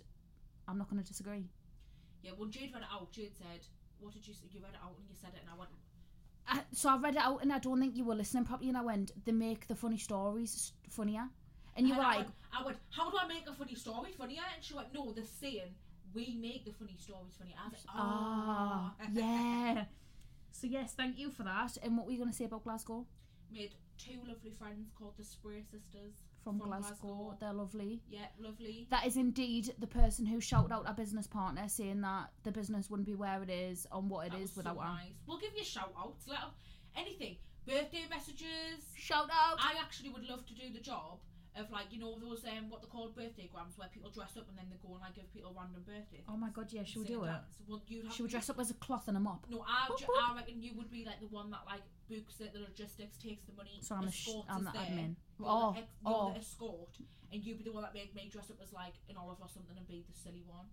I'm not going to disagree.
Yeah, when Jade read it out, Jade said, "What did you say? You read it out and you said it," and I went,
I, Uh, so I read it out, and I don't think you were listening properly, and I went, they make the funny stories s- funnier. And you were
and I
like,
went, I went, how do I make a funny story funnier? And she went, no, the saying, we make the funny stories funny. I was like,
ah,
ah,
yeah. So yes, thank you for that. And what were you going to say about Glasgow?
Made two lovely friends called the Spray Sisters
From, Glasgow, they're lovely.
Yeah, lovely.
That is indeed the person who shouted out our business partner, saying that the business wouldn't be where it is on what it
That
is
was so
without her.
nice. We'll give you shout outs. Let up anything. Birthday messages.
Shout out!
I actually would love to do the job of like you know those um what they call birthday grams where people dress up and then they go and like give people random birthday.
oh my god, yeah, she would do it.
Well, you'd have
She would
to be-
dress up as a cloth and a mop.
No, I,
Boop,
ju-
boop.
I reckon you would be like the one that like books it, the logistics, takes the money.
So I'm, a sh-
escorts
I'm the
us there.
admin.
You're,
Oh,
the ex- you're
oh,
the escort, and you'd be the one that made me dress up as like an olive or something and be the silly one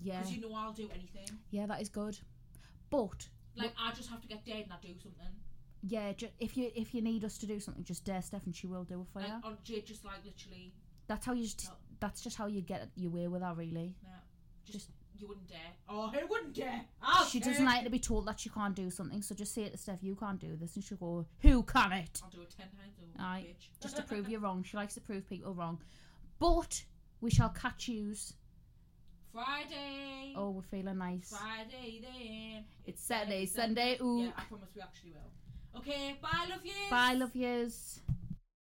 yeah,
because you know I'll do anything.
yeah, that is good. But
Like I just have to get dead and I do something.
yeah, ju- if you if you need us to do something, just dare Steph and she will do it for you.
Like on Jade, just like literally,
That's how you just,
Oh.
that's just how you get your way with her, really.
no, just, you wouldn't dare. Oh, who wouldn't dare? I'll
She
do
doesn't
it.
like to be told that she can't do something, so just say it to Steph, you can't do this, and she'll go, who can it?
I'll do it ten times over,
Aye.
bitch.
just to prove you wrong. She likes to prove people wrong. But we shall catch yous.
Friday.
Oh, we're feeling nice.
Friday then.
It's Saturday, Sunday. Ooh.
Yeah, I promise we actually will. Okay, bye, love you.
Bye, love yous.